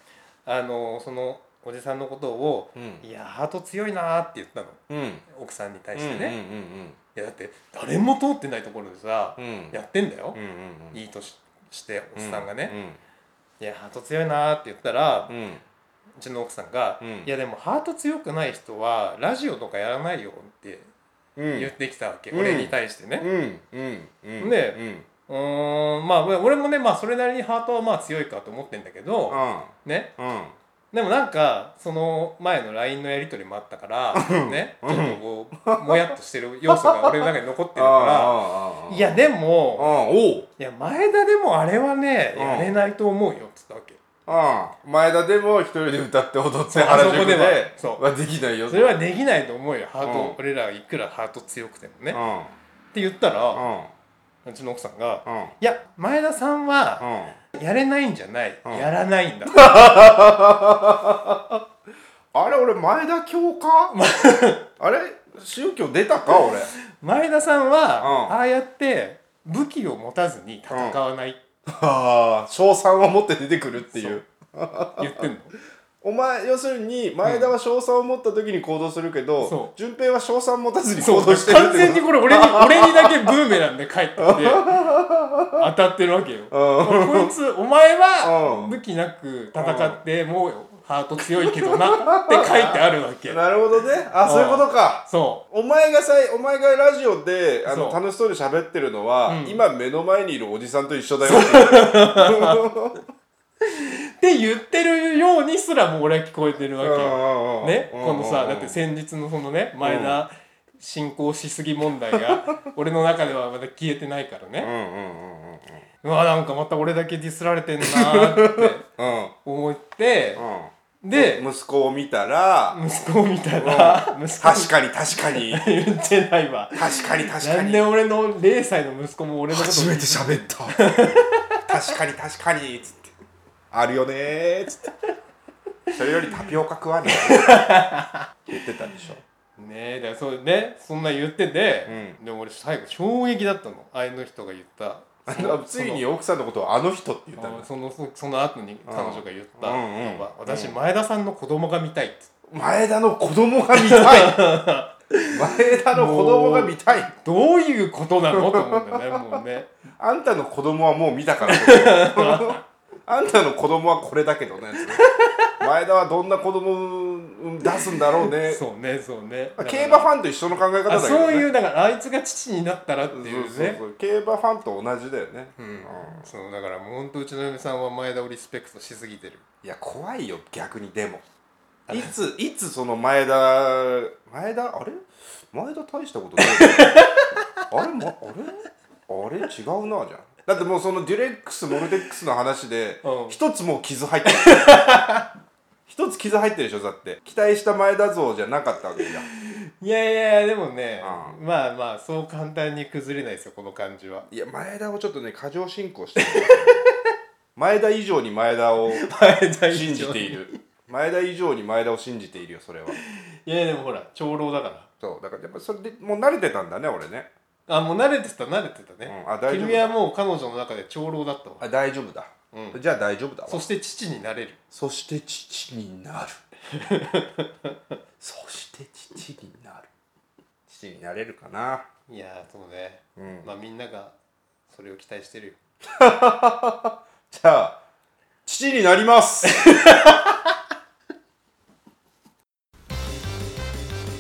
あのそのおじさんのことをう「んいやハート強いな」って言ったのうん奥さんに対うんうしてんね、いやだって誰も通ってないところでさ、うんうんやってんだよう、んうんうんいい年しておっさんがねう「いやハート強いな」って言ったら、うんうんちの奥さんが「うんいやでもハート強くない人はラジオとかやらないよ」ってうん言ってきたわけ、うん俺に対してね、うんうんうんでうんうーんまあ俺もねまあそれなりにハートはまあ強いかと思ってんだけどねうんうんでもなんかその前の LINE のやり取りもあったからんねうちょんっとこうもやっとしてる要素が俺の中に残ってるか あらいやであもあおういや前田でもあれはねうんやれないと思うよって言ったわけああ前田でも一人で歌って踊ってそう原あそこ宿ででははそうできないよそれはできないと思うよハーうんト俺らいくらハート強くてもねうっんて言ったうらんうちの奥さんがうん「いや前田さんはうんやれないんじゃないうんやらない んだ」あれ俺前田教 かあれ宗教出たか俺前田さんは、うんああやって武器を持たずに戦わないってああ賞賛を持って出てくるっていそう言ってんの、お前要するに前田は賞賛を持った時に行動するけうんそどう順平は賞賛持たずにそ行う動してる完って全にここれ俺に俺にだけブーメランで帰ってきて当たってるわけよとうんこいつお前うはん武器なく戦ってもうハート強いけどなって書いてあるわけなるほどねあそういうことかそお前がさお前がラジオであのそう楽しそうに喋ってるのは、うん今目の前にいるおじさんと一緒だよっていううって言ってるようにすらもう俺は聞こえてるわけよね、うんこのさ、うんだって先日のそのね前田進行しすぎ問題が俺の中ではまだ消えてないからうんうね、んうんうんうわなんかまた俺だけディスられてんなーってうん思ってうんで息子を見たら、息子を見たら息子確かに確かに言ってないわ確 かに確なかんでに俺の0歳の息子も俺のこと初めて喋った確かに確かにつってあるよねーつってそれよりタピオカ食わねえ言ってたでしょねえだからそうねそんな言ってて、うでも俺最後衝撃だったのあの人が言ったあそののついに奥さんのことをあの人って言ったんですそのそのその後に彼女が言ったうんうんやっぱうん私前田さんの子供が見たい」っつって前田の子供が見たい 前田の子供が見たいどういうことなのと思うんだよねもうねあんたの子供はもう見た からあんたの子供はこれだけどね前田はどんな子供を出すんだろうねそうねそうねだから競馬ファンと一緒の考え方だあけど、ね、そういうだからあいつが父になったらってそういうそうねそう競馬ファンと同じだよね、うんそうだからもうほんとうちの嫁さんは前田をリスペクトしすぎてるいや怖いよ逆にでもいついつその前田前田あれ前田大したこと ないあれ、ま、あれあれ違うなじゃんだってもうそのデュレックスモルテックスの話でうん一、つもう傷入ってる 一つ傷入ってるでしょだって期待した前田像じゃなかったわけじゃんいやいやいやでもねうまあまあそう簡単に崩れないですよこの感じはい や前田をちょっとね過剰進行して る前田以上に前田を前田以上信じている前田以上に前田を信じているよそれはいやいやでもほら長老だからそうだからやっぱそれでもう慣れてたんだね俺ねあもう慣れてた慣れてたね、うんあ大丈夫だ君はもう彼女の中で長老だったわあ大丈夫だ、うじゃあ大丈夫だわそして父になれるそして父に なるそして父になる父になれるかないやーそうね、うんまあみんながそれを期待してるよじゃあ父になります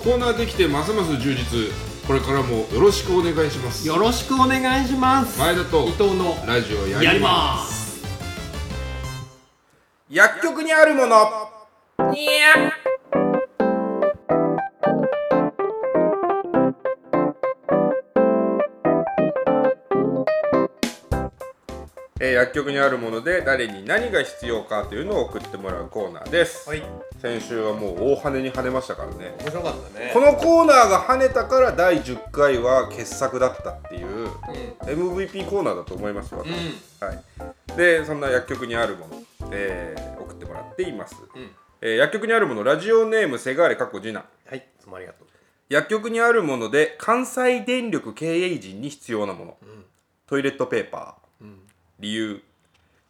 コーナーできてますます充実これからもよろしくお願いしますよろしくお願いします前田と伊藤のラジオややりりますます薬局にあるものえー薬局にあるもので誰に何が必要かというのを送ってもらうコーナーです、はい先週はもう大跳ねに跳ねましたからね面白かったねこのコーナーが跳ねたから第10回は傑作だったっていううん MVP コーナーだと思いますよ、うんはい、でそんな薬局にあるもの、えー送ってもらっています、うんえー薬局にあるものラジオネームセガーレかっこ次男はいいつもありがとう薬局にあるもので関西電力経営陣に必要なもの、トイレットペーパー、理由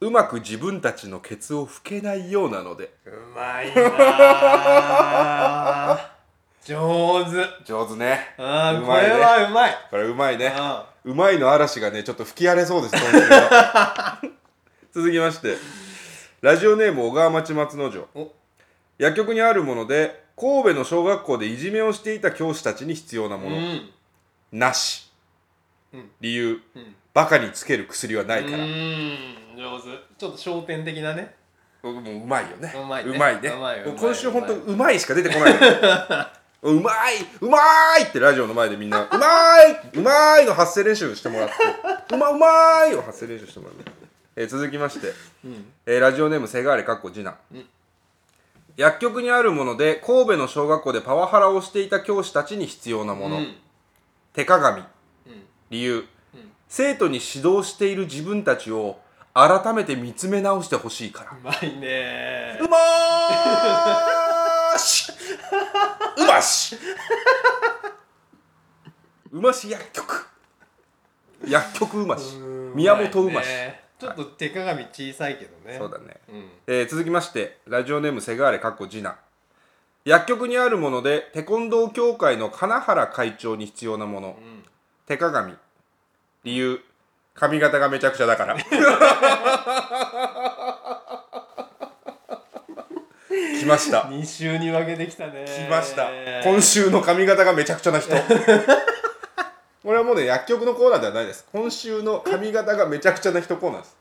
うまく自分たちのケツを拭けない ようなのでうまいなー上手上手ねあーうこまいねれはう まいこれうまいねあうまいの嵐がねちょっと吹き荒れそうです今週は 続きましてラジオネーム小川町松之丞お薬局にあるもので神戸の小学校でいじめをしていた教師たちに必要なうもの、んなし、うん理由、んバカにつける薬はなういから、ーん上手ちょっと焦点的なねうもううまいよねうまいねうまいねうまいうまい今週本当うまいしか出てこない うまいうまいってラジオの前でみんな「うまいうまい」の発声練習してもらって「うまうまい」を発声練習してもらって、えー続きまして、えーラジオネームセガーレかっこ次男、薬局にあるもので神戸の小学校でパワハラをしていた教師たちに必要なもの、うん手鏡、理由、生徒に指導している自分たちを改めて見つめ直してほしいからうまいねうまーしうましうまし薬局薬局うまし宮本うましねちょっと手鏡小さいけどねそうだね、うんえー続きましてラジオネームセガーレかっこ次男薬局にあるものでテコンドー協会の金原会長に必要なもの、手鏡理由髪型がめちゃくちゃだ から来ました二週に分けてきたね来ました今週の髪型がめちゃくちゃな 人これはもうね薬局のコーナーではないです今週の髪型がめちゃくちゃな人コーナーです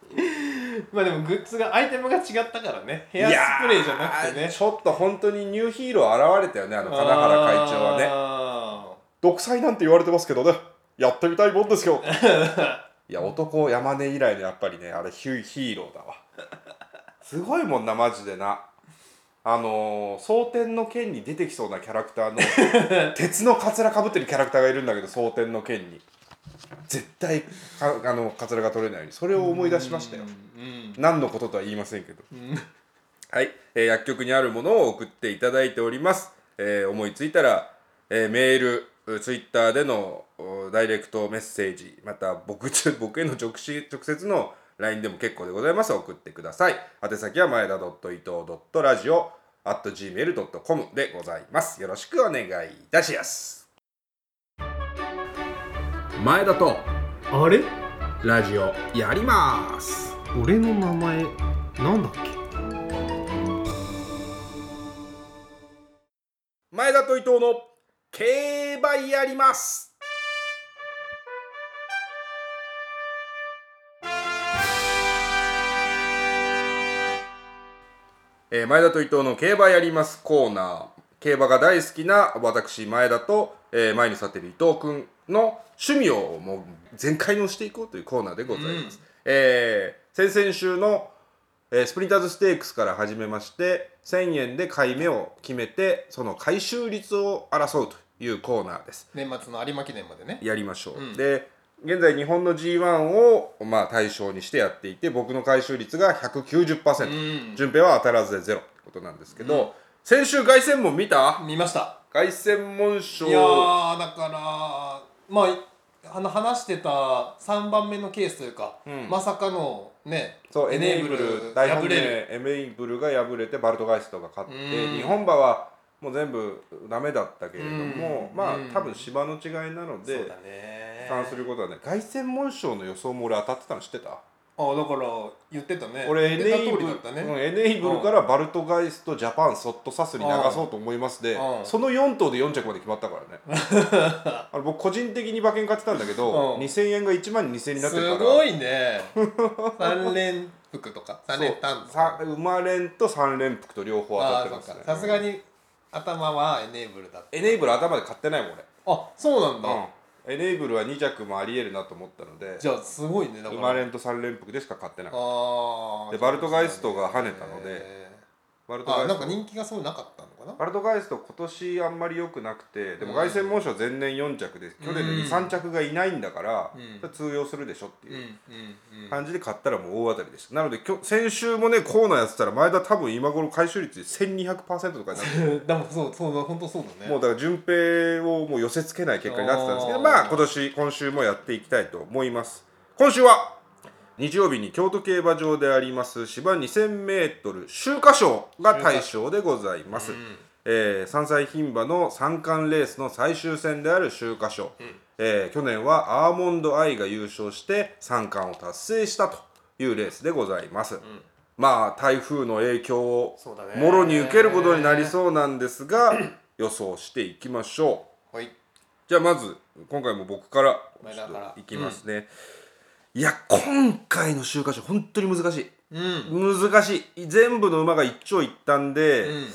まあでもグッズがアイテムが違ったからねヘアスプレーじゃなくていやねーちょっと本当にニューヒーロー現れたよねあの金原会長はねは独裁なんて言われてますけどねやってみたいもんです よいや男山根以来のやっぱりねあれヒュヒーローだわすごいもんなマジでなあのー「蒼天の剣」に出てきそうなキャラクター の鉄のカツラかぶってるキャラクターがいるんだけど蒼天の剣に絶対かあのカツラが取れないようにそれを思い出しましたようん何のこととは言いませんけどうんはい、えー薬局にあるものを送っていただいております、えー思いついたら、えーメールうツイッターでのおダイレクトメッセージまた僕ち 僕への直し直接の LINE でも結構でございます送ってください宛先は前田伊藤ラジオ at gmail.com でございますよろしくお願いいたします前田とあれラジオやります俺の名前なんだっけ前田と伊藤の競馬やりますえー前田と伊藤の競馬やりますコーナー競馬が大好きな私前田と、えー前に座っている伊藤君の趣味をもう全開に押していこうというコーナーでございます、えー先々週のえースプリンターズステークスから始めまして1000円で買い目を決めてその回収率を争うというコーナーです年末の有馬記念までねやりましょう、うんで現在日本の g 1を、まあ、対象にしてやっていて僕の回収率がう190%、ん順平は当たらずでゼロってことなんですけど、先週凱旋門見た見ました凱旋門賞いやーだからまああの話してた3番目のケースというか、うんまさかのねそうエネイブル大敗本命れるエネイブルが敗れてバルトガイストが勝ってうん日本馬はもう全部ダメだったけれどもうんまあうん多分芝の違いなのそうでだね負担することはね凱旋門賞の予想も俺当たってたの知ってたあだから言ってたね俺エ言っネてイたブ通ルりだったね、うんエネイブルからバルトガイストジャパンそっとサスに流そうと思いますでうんその4頭で4着まで決まった からねあれ僕個人的に馬券買ってたんだけどうん2000円が1万2000円になってるからすごいね 三連服とか三連単とさか馬連と三連服と両方当たあってーそまっすねかさすがに頭はエネイブルだったエネイブル頭で買ってないもんあそうなんだ、俺、エネイブルは2着もありえるなと思ったのでじゃあすごいねだから馬連と三連服でしか買ってなかったあーでバルトガイストが跳ねたのでへーバルトガあイなんスかト人気がそうなかったのかなバルトガイスト今年あんまり良くなくてでもうん凱旋門賞前年4着で去年のう2、ん3着がいないんだから、うんそれ通用するでしょってうんういうんうん感じで買ったらもう大当たりでしたなので今日先週もねコーナーやってたら前田多分今頃回収率1200%とかになって でもそうそうだ本当そうだねもうだから順平をもう寄せ付けない結果になってたんですけどあーまあ今年今週もやっていきたいと思います今週は日曜日に京都競馬場であります芝 2000m 秋華賞が対象でございます、えー山菜牝馬の三冠レースの最終戦である秋華賞、えー去年はアーモンドアイが優勝して三冠を達成したというレースでございます、まあ台風の影響をそうだねもろに受けることになりそうなんです が予想していきましょうはいじゃあまず今回も僕から前ちょ田っからといきますね、いや今回の週刊賞本当に難しいうん難しい全部の馬が一長一短で、うん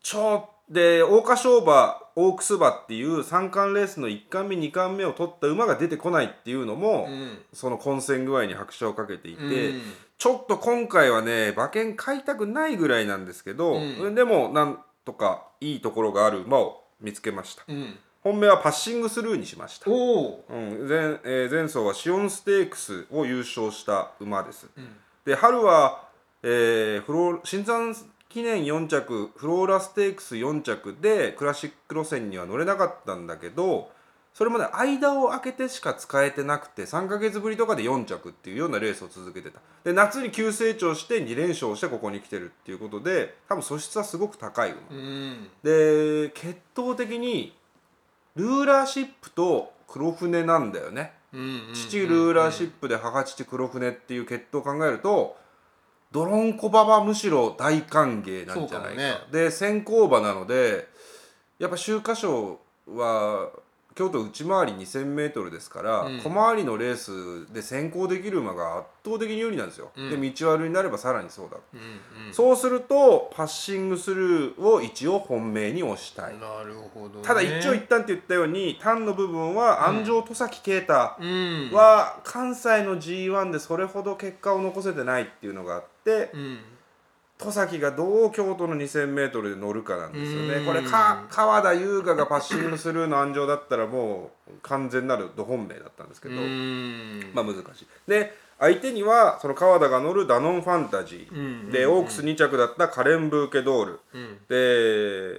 ちょで桜花賞馬オークス馬っていう三冠レースの1冠目2冠目を取った馬が出てこないっていうのも、うんその混戦具合に拍車をかけていて、うんちょっと今回はね馬券買いたくないぐらいなんですけど、うんでもなんとかいいところがある馬を見つけましたうん本命はパッシングスルーにしました、おおうん前えー前走はシオンステークスを優勝した馬ですうんで春は、えーフロー新山記念4着フローラステークス4着でクラシック路線には乗れなかったんだけどそれまで間を空けてしか使えてなくて3ヶ月ぶりとかで4着っていうようなレースを続けてたで夏に急成長して2連勝してここに来てるっていうことで多分素質はすごく高い馬、うんで血統的にルーラーシップと黒船なんだよね、うん父ルーラーシップで母父黒船っていう血統を考えるとドロンコ馬はむしろ大歓迎なんじゃないかそうかで先行馬なのでやっぱ秋華賞は京都内回り 2000m ですから、うん小回りのレースで先行できる馬が圧倒的に有利なんですよ、うんで道悪になればさらにそうだ、うんうんそうするとパッシングスルーを一応本命に推したい、なるほどねただ一長一短って言ったように単の部分は安城戸崎啓太、うんは関西の g 1でそれほど結果を残せてないっていうのがあってうん戸崎がどう京都の 2000m で乗るかなんですようねんこれか川田優雅がパッシングスルーの安城だったらもう完全なるど本命だったんですけうど、んまあ難しい。で相手にはその川田が乗るダノンファンタジー、うんでオークス2着だったカレンブーケドール、うんで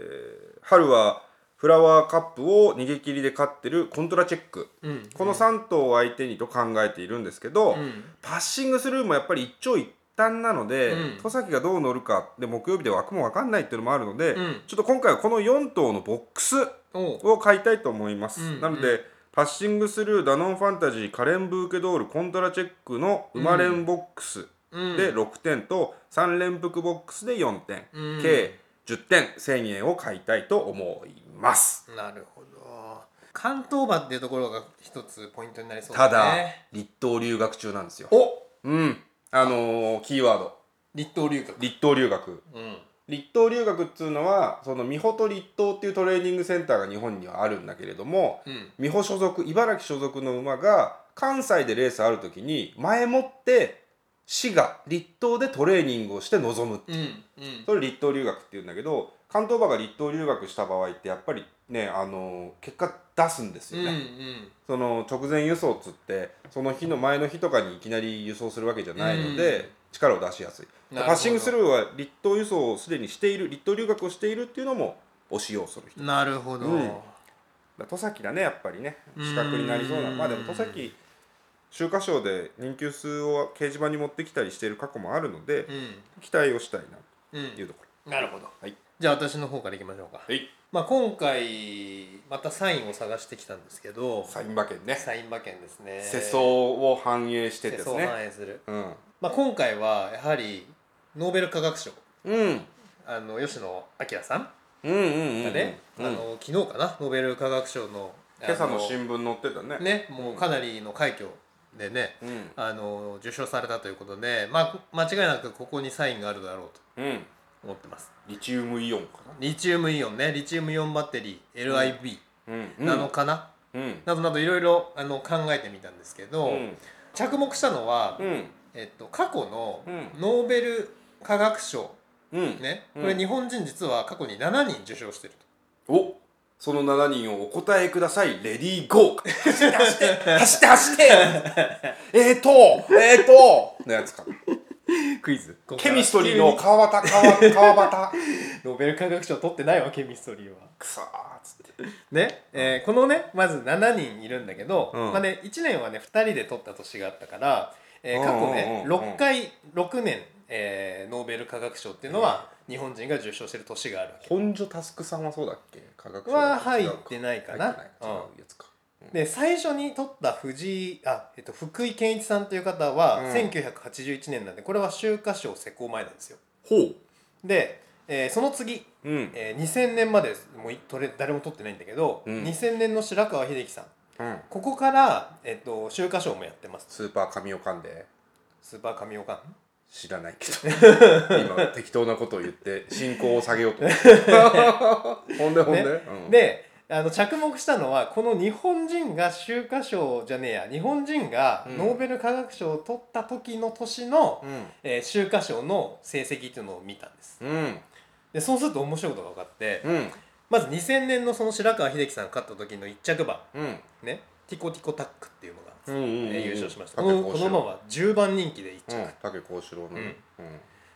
春はフラワーカップを逃げ切りで勝ってるコントラチェック。うんこの3頭を相手にと考えているんですけど、うんパッシングスルーもやっぱり一長一端なので、うん戸崎がどう乗るかで木曜日で枠も分かんないっていうのもあるので、うんちょっと今回はこの4頭のボックスおうを買いたいと思います、うんなのうでパッシングスルーダノンファンタジーカレンブーケドールコントラチェックの馬連ボックスうんで6点と3連複ボックスで4点、うん計10点1000円を買いたいと思いますなるほど関東馬っていうところが一つポイントになりそうただだね立東留学中なんですよおうんあのーキーワード立東留学立東留学うん立東留学っていうのはその美穂と立東っていうトレーニングセンターが日本にはあるんだけれどもうん美穂所属茨城所属の馬が関西でレースある時に前もって市が立東でトレーニングをして臨むうんうんそれ立東留学っていうんだけど関東馬が立東留学した場合ってやっぱりねあの結果出すんですうんようね、んその直前輸送っつってその日の前の日とかにいきなり輸送するわけじゃないので、うん力を出しやすいなるほどパッシングスルーは立東輸送をすでにしている立東留学をしているっていうのも推し要素の人なるほど、うんだ戸崎だねやっぱりね資格になりそうなうんまあでも戸崎秋華賞で人級数を掲示板に持ってきたりしている過去もあるので、うん期待をしたいなう、というんとこなるほど、はいじゃあ私の方からいきましょうか、ろはいまあ、今回またサインを探してきたんですけどサイン馬券ねサイン馬券ですね世相を反映して世です相をね反映する、うんまあ、今回はやはりノーベル化学賞うんあの吉野明さんうんうんがね、うんあの昨日かなノーベル化学賞のあ今朝の新聞載ってたねねもうかなりの快挙でね、うんあの受賞されたということで、まあ、間違いなくここにサインがあるだろうとうん思ってますリチウムイオンかリチウムイオンねリチウムイオンバッテリー LIB、なうんなのかな、うんなどなどいろいろあの考えてみたんですけど、うん着目したのは、うんえっと、過去のうんノーベル化学賞、うんねうんこれ日本人実は過去に7人受賞してるおその7人をお答えくださいレディーゴー走って走って走って走ってえーとえーとのやつかとクイズケミストリーの川端川川端ノーベル化学賞取ってないわケミストリーはくさーっつってね、えーこのねまず7人いるんだけど、うんまあね、1年はね2人で取った年があったから、えー過去ね、うんうんうんうん6回6年、えーノーベル化学賞っていうのは日本人が受賞してる年があるわけ本所タスクさんはそうだっけ科学は入ってないか入なってない違うやつかで最初に取った藤井あ、えっと、福井健一さんという方はうん1981年なんでこれは秋華賞施行前なんですよほうで、えーその次、うんえー2000年までもうい取れ誰も取ってないんだけど、うん2000年の白川秀樹さんうんここから、えっと、秋華賞もやってますスーパー神岡んでスーパー神岡ん知らないけど今適当なことを言って進行を下げようと思って ほんでほんで、ねうん、であの着目したのはこの日本人が秋華賞じゃねえや日本人がうんノーベル化学賞を取った時の年の、えー秋華賞の成績っていうのを見たんですうんうんでそうすると面白いことが分かってうんまず2000年のその白川秀樹さんが勝った時の1着馬うんねティコティコタックっていうのが、うんうんうんえー優勝しましたうこんのこの馬は10番人気で1着、うん竹幸四郎のねうん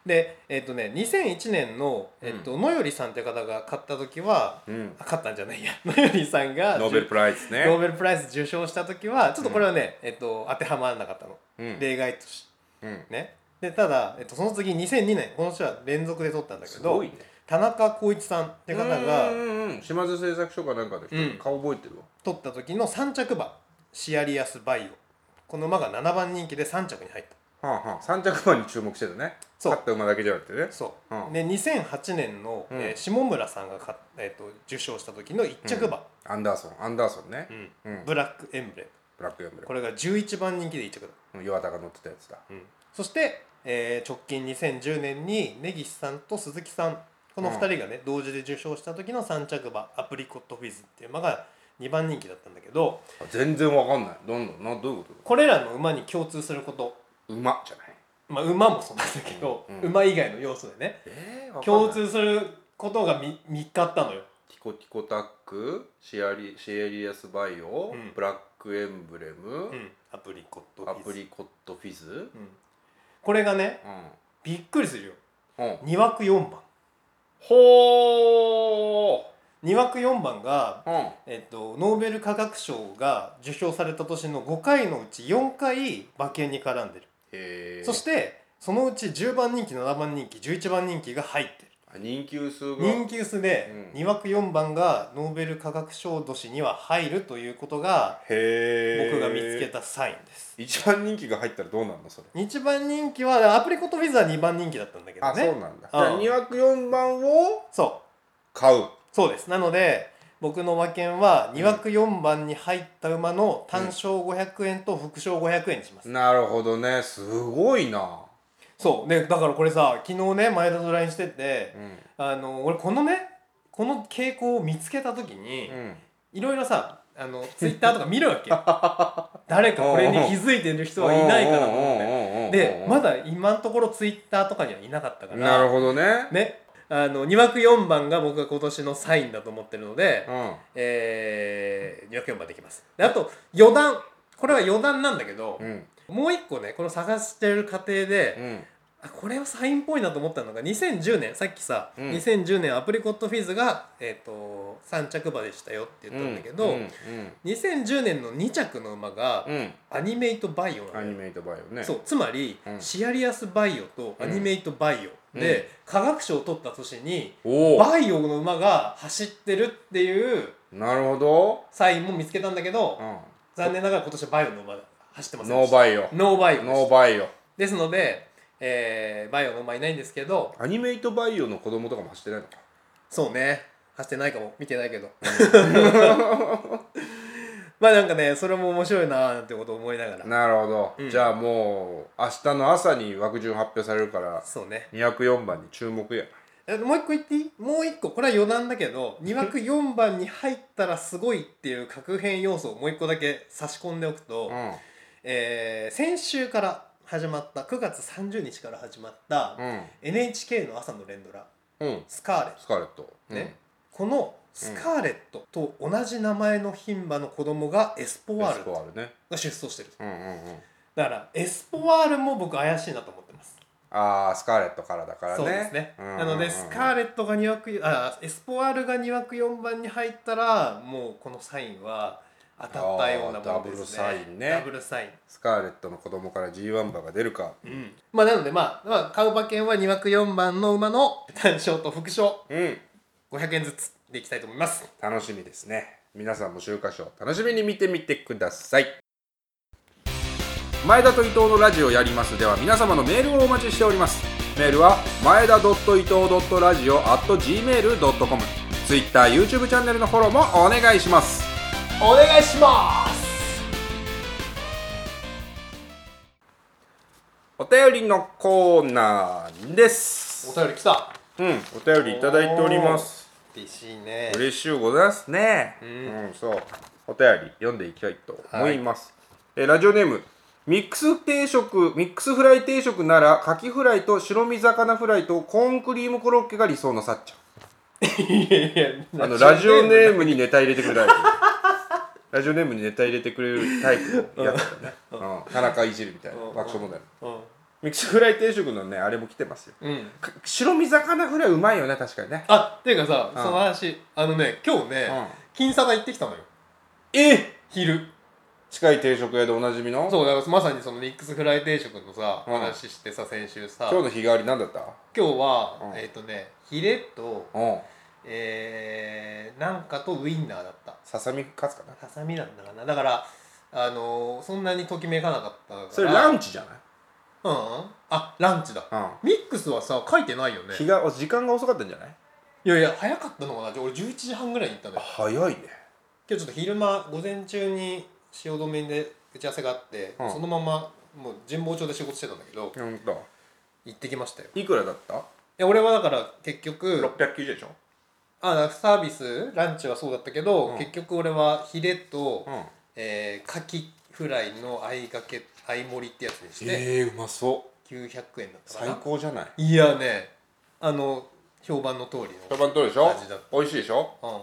でえっ、とね2001年の、えっと野よりさんという方が勝った時はうんあ勝ったんじゃないや 野よりさんがノーベルプライズねノーベルプライズ受賞した時はちょっとこれはね、えっと、当てはまらなかったの、うん例外としうんねでただ、えっと、その次2002年この人は連続で取ったんだけすどごいね田中浩一さんっていう方がうんうんうん島津製作所かなんかの人、うん顔覚えてるわ取った時の3着馬シアリアス・バイオこの馬が7番人気で3着に入ったはあはあ三着馬に注目してたねそう勝った馬だけじゃなくてねそう、うんで2008年の、うんえー下村さんが勝っ、えっと受賞した時の1着馬、アンダーソンアンダーソンね、うんうんブラックエンブレムブラックエンブレこれが11番人気で1着だム岩田が乗ってたやつだそして、えー直近2010年に根岸さんと鈴木さんこの2人がね、同時で受賞した時の3着馬アプリコットフィズっていう馬が2番人気だったんだけどあ全然わかんないどんどんなどういうここれらの馬に共通すること、と馬じゃないまあ、馬もそうなんだけど、うん馬以外の要素でねえー、共通することが見見っかったのよ。ティコティコタックシアリシエリアスバイオ、うんブラックエンブレムう、ん、アプリコットフアィズプリコットフィズうん、これがねうびっくりするよん、うん、 2枠4番ほ2枠4番がーうんえっと、ノーベル化学賞が受賞された年の5回のうち4回馬券に絡んでる、へえそしてそのうち10番人気7番人気11番人気が入ってるあ人気薄が人気薄でうん2枠4番がノーベル化学賞年には入るということがへえ僕が見つけたサインです一番人気が入ったらどうなんのそれ1番人気はアプリコットフィズは2番人気だったんだけどあ、ねそうなんだじゃあうん2枠4番をそう買うそうですなので僕の馬券は2枠4番に入った馬の単勝500円と副賞500円にします、なるほどねすごいなそうねだからこれさ昨日ね前田と LINE しててう、んあの俺このねこの傾向を見つけた時にうんいろいろさあのツイッターとか見るわけよ誰かこれに気づいてる人はいないかなと思って思でまだ今のところツイッターとかにはいなかったからなるほどねねあの2枠4番が僕が今年のサインだと思ってるので、うんえー、2枠4番できますであと余談これは余談なんだけどう、んもう一個ねこの探してる過程で、うんあこれはサインっぽいなと思ったのが2010年さっきさ、うん2010年アプリコットフィズが、えー、と3着馬でしたよって言ったんだけど、うんうん2010年の2着の馬がうんアニメイトバイオなのよアニメイトバイオねそうつまり、うんシアリアスバイオとアニメイトバイオで、うん科学賞を取った年におおバイオの馬が走ってるっていうなるほどサインも見つけたんだけど、う残念ながら今年はバイオの馬が走ってまんせんノーでしたバイオノーバイオでしたノーバイオですので、えーバイオの馬いないんですけどアニメイトバイオの子供とかも走ってないのかそうね走ってないかも見てない けどまあなんかねそれも面白いなーなんてことを思いながらなるほど、うんじゃあもう明日の朝に枠順発表されるからそうね204番に注目やえもう一個言っていいもう一個これは余談だけど2枠4番に入ったらすごいっていう確変要素をもう一個だけ差し込んでおくと、うえー先週から始まった9月30日から始まっんたうん NHK の朝の連ドラうん「スカーレットスカーレット、」ね、この「スカーレット」と同じ名前の牝馬の子供がエスポうん、ワエスールコがワールね出走してるうんうんうんだからエスポワールも僕怪しいなと思ってますああスカーレットからだからねそうですね、うんうんうんなのでスカーレットが2枠あエスポアールが2枠4番に入ったらもうこのサインは当たったようなものであーすねダブルサインねダブルサイスカーレットの子供から G1 馬が出るかンうんまあなのでまあ、まあ、買う馬券は2枠4番の馬の単勝と副賞うん500円ずつでいきたいと思います楽しみですね皆さんも週刊賞楽しみに見てみてください前田と伊藤のラジオやりますでは皆様のメールをお待ちしておりますメールは前田伊藤ラジオ at gmail.com ツイッター YouTube チャンネルのフォローもお願いしますお願いしますお便りのコーナーですお便り来たうんお便りいただいております嬉しいね嬉しゅうございますね。うん、そう。お便り読んでいきたいと思います。えーラジオネームミックス定食ミックスフライ定食ならカキフライと白身魚フライとコーンクリームコロッケが理想のさっちいやいゃん。やあのラジオネームにネタ入れてくれ るタイプ。ラジオネームにネタ入れてくれるタイプのやつだね。うん、田中いじるみたいな爆笑問題の。ミックスフライ定食のねあれも来てますよ。うん、うんか白身魚フライうまいよね確かにね。あっていうかさ、うんその話あのね今日ね、うん金沙が行ってきたのよえ昼近い定食屋でおなじみの。そうだからまさにそのミックスフライ定食のさ、うん話してさ先週さ今日の日替わりなんだった？今日は、うんえっ、とねヒレとうん。えー、なんかとウインナーだったささみカツかなハサミなんだかなだからあのー、そんなにときめかなかったからそれランンチじゃうんうんあランチだないミックスはさ書いてないよね日が時間が遅かったんじゃないいやいや早かったのかな俺11時半ぐらいに行ったのよ早いね今日ちょっと昼間午前中に汐留で打ち合わせがあって、うんそのままもう神保町で仕事してたんだけどほんと行ってきましたよいいくらだったや俺はだから結局690でしょあなんかサービスランチはそうだったけど、うん結局俺はヒレと、うんえー、カキフライのあいがけあい盛りってやつにしてええうまそう900円だったか最な高じゃないいやねあの評判の通り評の、判どうでしょ味だった美味しいでしょうん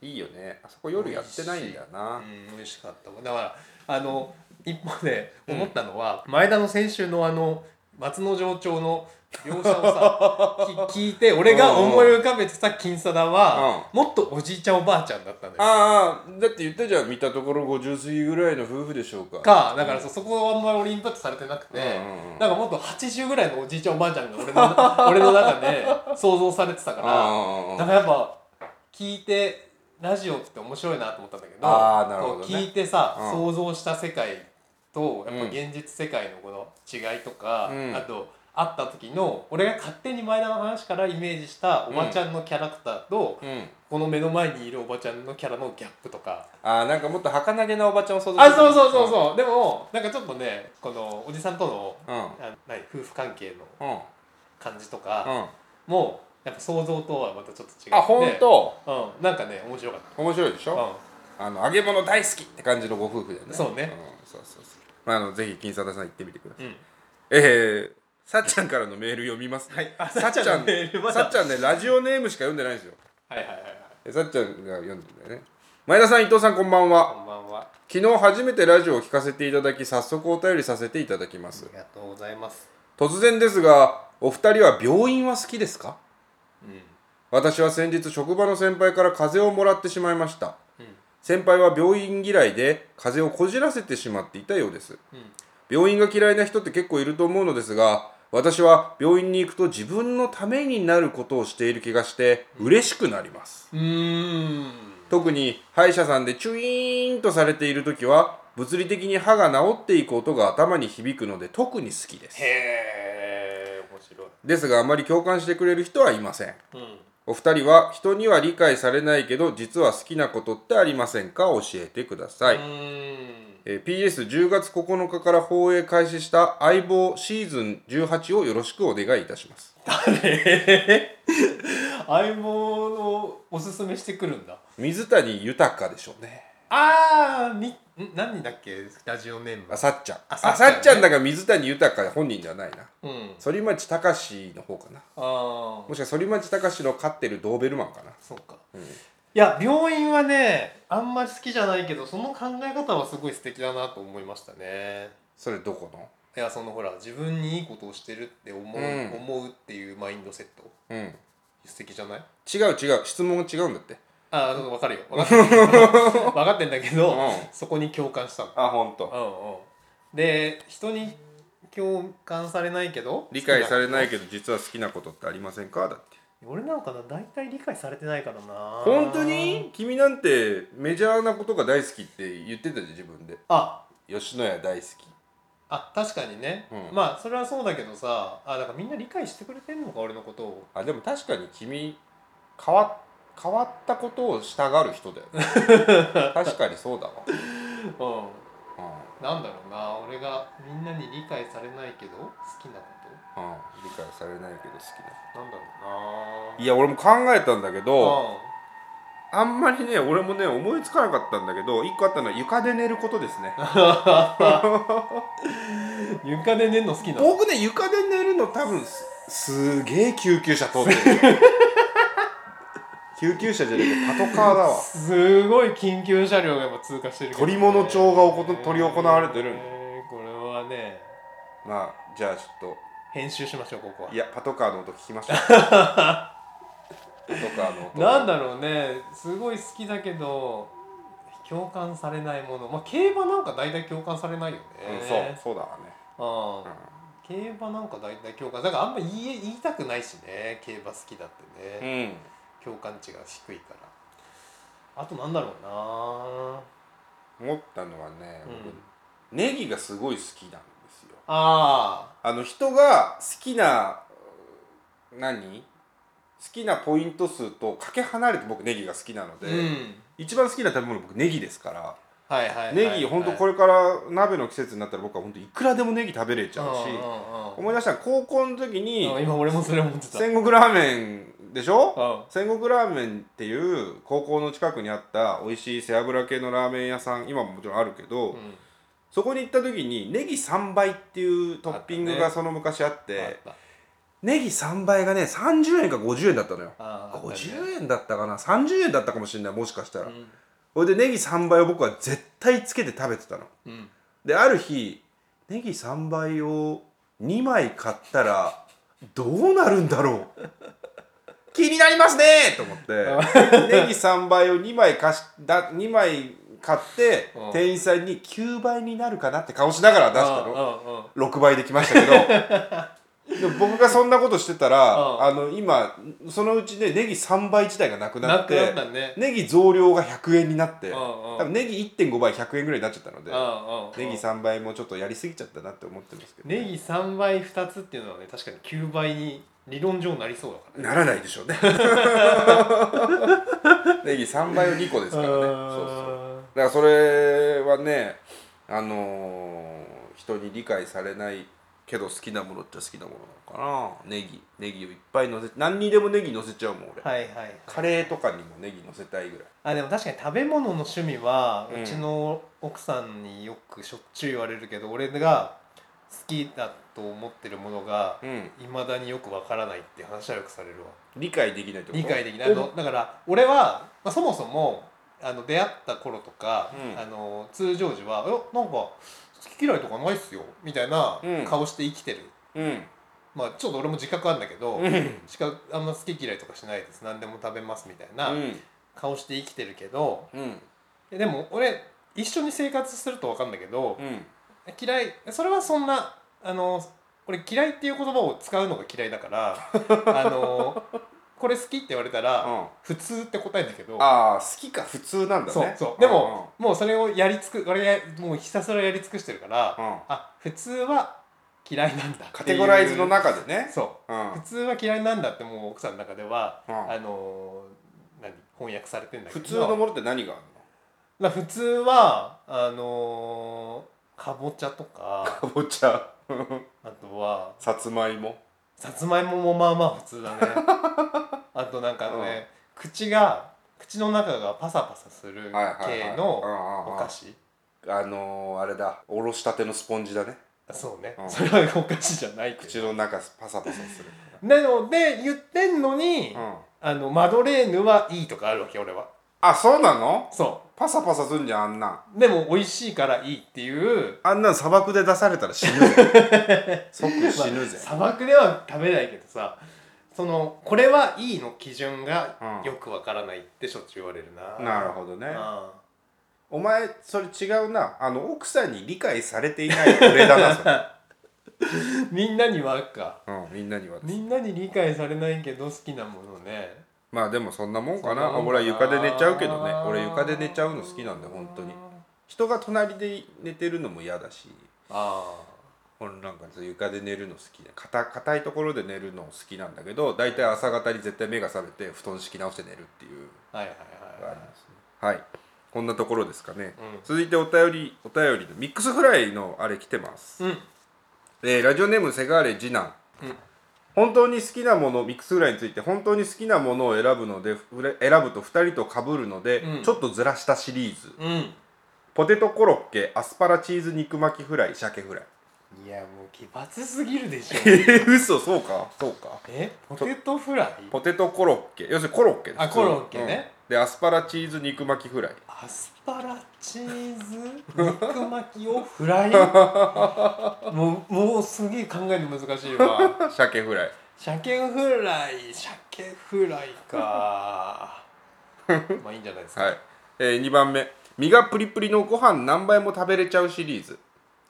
いいよねあそこ夜やってないんだよなうん、美味しかったわだからあの一方で思ったのは、前田の先週のあの松之丞町の描写 をさき聞いて俺が思い浮かべてた金貞はもっとおじいちゃんおばあちゃんだったんだよああだって言ったじゃん見たところ50過ぎぐらいの夫婦でしょうかかだからさそこはあんまり俺インパクトされてなくて、うんうんうんなんかもっと80ぐらいのおじいちゃんおばあちゃんが俺の 俺の中で想像されてたからあだからやっぱ聞いてラジオって面白いなと思ったんだけどあーなるほどねこう聞いてさ、うん想像した世界とやっうぱん現実世界のこの違いとか、うんあと会った時の俺が勝手に前田の話からイメージしたおばちゃんのキャラクターと、あうんこの目の前にいるおばちゃんのキャラのギャップとか。ああなんかもっと儚げなおばちゃんを想像あそうそうそうそうでもなんかちょっとねこのおじさんとのうんうんあ何夫婦関係のうん感じとかうんもうやっぱ想像とはまたちょっと違うあ本当うんなんかね面白かっ、面白いでしたょあの揚げ物大好きって感じのご夫婦だよねそうねんそうそうそうまああのぜひ金沙田さん行ってみてくださういん、うん、えーさっちゃんからのメール読みますねはいあさっちゃんさっちゃんのメールまださっちゃんねラジオネームしか読んでないんですよはいはいはいはいえさっちゃんが読んでんだよね前田さん伊藤さんこんばんはこんばんは昨日初めてラジオを聞かせていただき早速お便りさせていただきますありがとうございます突然ですがお二人は病院は好きですかうん私は先日職場の先輩から風邪をもらってしまいました先輩は病院嫌いで風邪をこじらせてしまっていたようですうんうん病院が嫌いな人って結構いると思うのですが私は病院に行くと自分のためになることをしている気がして嬉しくなりますうーん特に歯医者さんでチュイーンとされている時は物理的に歯が治っていく音が頭に響くので特に好きですへえ面白いですがあまり共感してくれる人はいませんうんお二人は人には理解されないけど実は好きなことってありませんか教えてください、うーんえー PS10 月9日から放映開始した「相棒シーズン18」をよろしくお願いいたしますえー相棒のおすすめしてくるんだ水谷豊でしょうねああみん何だっけラジオネームあさっちゃんああささっ,、っちゃちゃんねんだから水谷豊本人ではないなうん反町隆史の方かなああもしかしたら反町隆史の飼ってるドーベルマンかなそうか、うんいや病院はねあんまり好きじゃないけどその考え方はすごい素敵だなと思いましたねそれどこのいやそのほら自分にいいことをしてるって思う、うん思うっていうマインドセットうん素敵じゃな違いう違う質問が違うんだってああ分かるよ分かってる分かってんだけど、うんそこに共感したのあ本当。うんうんで人に共感されないけど理解されないけどど実は好きなことってありませんかだって俺なのかな大体理解されてないからな本当に君なんてメジャーなことが大好きって言ってたじゃん自分であ吉野家大好きあ確かにね、うんまあそれはそうだけどさあだからみんな理解してくれてんのか俺のことをあでも確かに君変わ変わったことをしたがる人だよね確かにそうだわ、ううんなんだろうな俺がみんなに理解されないけど好きなんこうん、理解されないけど好きだとなんだろうないいや俺も考えたんだけどあんまりね俺もね思いつかなかったんだけど一個あったのは床で寝ることですねうん、床で寝るの好きなの僕ね床で寝るの多分すすげえ救急車通って る救急車じゃなくてパトカーだわすごい緊急車両がやっぱ通過してるけど鳥物町がおこと鳥行われてるえーこれはねまあじゃあちょっ編集しましょうここはいやパトカーの音聞きましょうパトカーの音なんだろうねすごい好きだけど共感されないものまあ競馬なんか大体共感されないよね、うん、そうそうだわね、あうあん競馬なんか大体共感だからあんま言い言いたくないしね競馬好きだってね、うん、共感値が低いからあとなんだろうな思ったのはね、僕うんネギがすごい好きなんですよああの人が好きなうん何好きなポイント数とかけ離れて僕ネギが好きなのあで、うん一番好きな食べ物僕ネギですから、はいはいはい、ネギほんとこれれから鍋の季節になったら僕はほんといくらでもネギ食べれちゃうし、思い出したのは高校の時に今俺もそれ思ってた戦国ラーメンでしょ、うん戦国ラーメンっていう高校の近くにあった美味しい背脂系のラーメン屋さん今ももちろんあるけど、うんそこに行った時にネギ3倍っていうトッピングあがったねその昔あってあったネギ3倍がね30円か50円だったのよあああったね50円だったかな30円だったかもしれないもしかしたら、うんそれでネギ3倍を僕は絶対つけて食べてたのうんである日ネギ3倍を2枚買ったらどうなるんだろう 気になりますねと思 ってネギ3倍を2枚貸しだ2枚買ってうん店員さんに9倍になるかなって顔しながら出したのうんうん6倍できましたけど でも僕がそんなことしてたら、うんあの今そのうちねネギ3倍自体がなくななっくなてったねネギ増量が100円になって、うんうん多分ネギ1.5倍100円ぐらいになっちゃったので、うんうんネギ3倍もちょっとやりすぎちゃったなって思ってますけど、ネギ3倍2つっていうのはね確かに9倍に理論上なりそうだからならないでし ょうねネギ3倍を2個ですからねそうそうだからそれはねあのー人に理解されないけど好きなものっちゃ好きなものなのかなネギネギをいっぱいのせ何にでもネギのせちゃうもん俺、はいはいカレーとかにもネギのせたいぐらいあでも確かに食べ物の趣味は、ううんちの奥さんによくしょっちゅう言われるけど俺が好きだと思ってるものがうんいまだによくわからないって話はよくされるわ理解できないってこと理解できないあのだから俺は、まあ、そもそもあの出会った頃とか、うんあの通常時は「えなんか好き嫌いとかないっすよ」みたいなうん顔して生きてる、うんまあちょっと俺も自覚あるんだけど、うんしかあんま好き嫌いとかしないです何でも食べますみたいうなん顔して生きてるけど、うんえでも俺一緒に生活すると分かんだけどう、ん嫌いそれはそんなあの俺嫌いっていう言葉を使うのが嫌いだから あのこれ好きって言われたら、うん普通って答えんだけど、ああ好きか普通なんだねそうそうでも、もうそれをやりつく俺やもうひたすらやり尽くしてるから、うんうんあ普通は嫌いなんだっていうカテゴライズの中でねそうう、ん普通は嫌いなんだってもう奥さんの中では、うんあの何翻訳されてんだけ普ど通のものって何があるだから普通はあのー、かぼちゃとかのかぼちゃあとはさつまいもさつまいももまあまあ普 通だねあとなんかね、口が口の中がパサパサするはいはいはい系のうんうんうんお菓子あのー、あれだおろしたてのスポンジだねあそうね、うんそれはお菓子じゃないけ口どの中パサパサする、なので言ってんのに、うん、あのマドレーヌはいいとかあるわけ俺はあそうなのそパサパサすんじゃんあんなんうでも美味しいからいいっていうあんなん砂漠で出されたら死ぬぜ 即死ぬぜ、砂漠では食べないけどさそのこれはいいの基準がうんよくわからないってしょっちゅう言われるな、なるほどねあお前それ違うなあの奥さんに理解されていない俺だなそ れ、ー みんなにはかうん、みんなにはみんなに理解されないけど好きなものねまあでもそんなもんかそんななもんかな俺は床で寝ちゃうけどね俺床で寝ちゃうの好きなんで本当に人が隣で寝てるのも嫌だしあ俺なんか床で寝るの好きで硬硬いところで寝るの好きなんだけど大体朝方に絶対目が覚めて布団敷き直して寝るっていうあはいはいのはいがあはいりますねはいこんなところですかね、うん続いてお便りお便りのミックスフライのあれ来てます、うんえーラジオネームセガーレ次男、うん本当に好きなものミックスフライについて本当に好きなものを選ぶのでふれ選ぶと2人とかぶるので、うんちょっとずらしたシリーズうんポテトコロッケアスパラチーズ肉巻きフライ鮭フライいやもう奇抜すぎるで しょえー、嘘そうかそうかえポテトフライポテトコロッケ要するにコロッケですあコロッケね、うんでアスパラチーズ肉巻きフライアスパラチーズ 肉巻きをフ ライもうもうすげえ考えるの難しいわ鮭フライ鮭フライ鮭フライ かまあいいんじゃないですか、はい、えー、2番目身がプリプリのご飯何倍も食べれちゃうシリーズ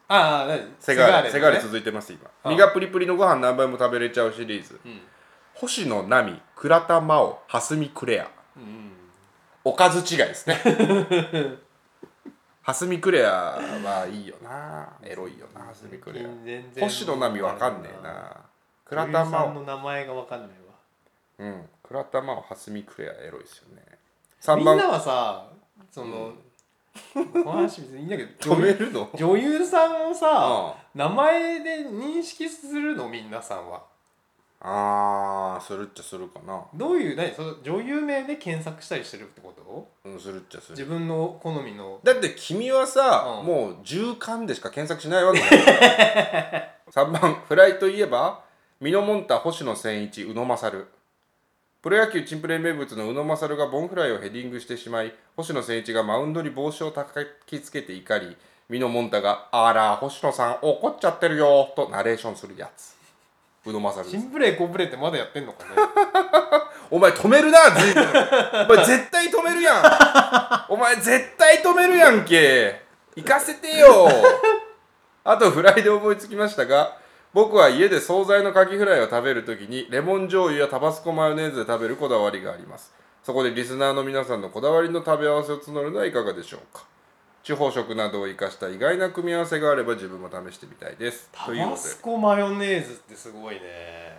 ああ何セガーレねセガーレ続いてます今あ身がプリプリのご飯何倍も食べれちゃうシリーズ、星野奈美倉田真央蓮見クレアおかず違いですね 蓮見クレアはいいよなエロいよな蓮見クレア全然星野奈美わかんねえな倉倉田真田さ央んの名前がわかんないわうん、倉田真央、蓮見クレア、エロいですよね。3みん番なはさその、この話別にいいんだけど止め女るの女優さんをさ、名前で認識するのみんなさんはあー、するっちゃするかな。どういう何その女優名で検索したりしてるってことうん、するっちゃす自る。分の好みのだって君はさ、うんもう10巻でしか検索しないわけだから。3番、 フライといえば、ミノモンタ、星野千一、宇野勝。プロ野球チンプレー名物の宇野勝がボンフライをヘディングしてしまい、星野千一がマウンドに帽子をたきつけて怒り、ミノモンタが「あら星野さん怒っちゃってるよ」とナレーションするやつ宇野正です新ブレイコブレイってまだやってんのかねお前止めるな随 分お前絶対止めるやんお前絶対止めるやんけ行かせてよあとフライで思いつきましたが僕は家で惣菜のカキフライを食べるときにレモン醤油やタバスコマヨネーズで食べるこだわりがありますそこでリスナーの皆さんのこだわりの食べ合わせを募るのはいかがでしょうか地方食などを生かした意外な組み合わせがあれば自分も試してみたいですタというバのスコマヨネーズってすごいね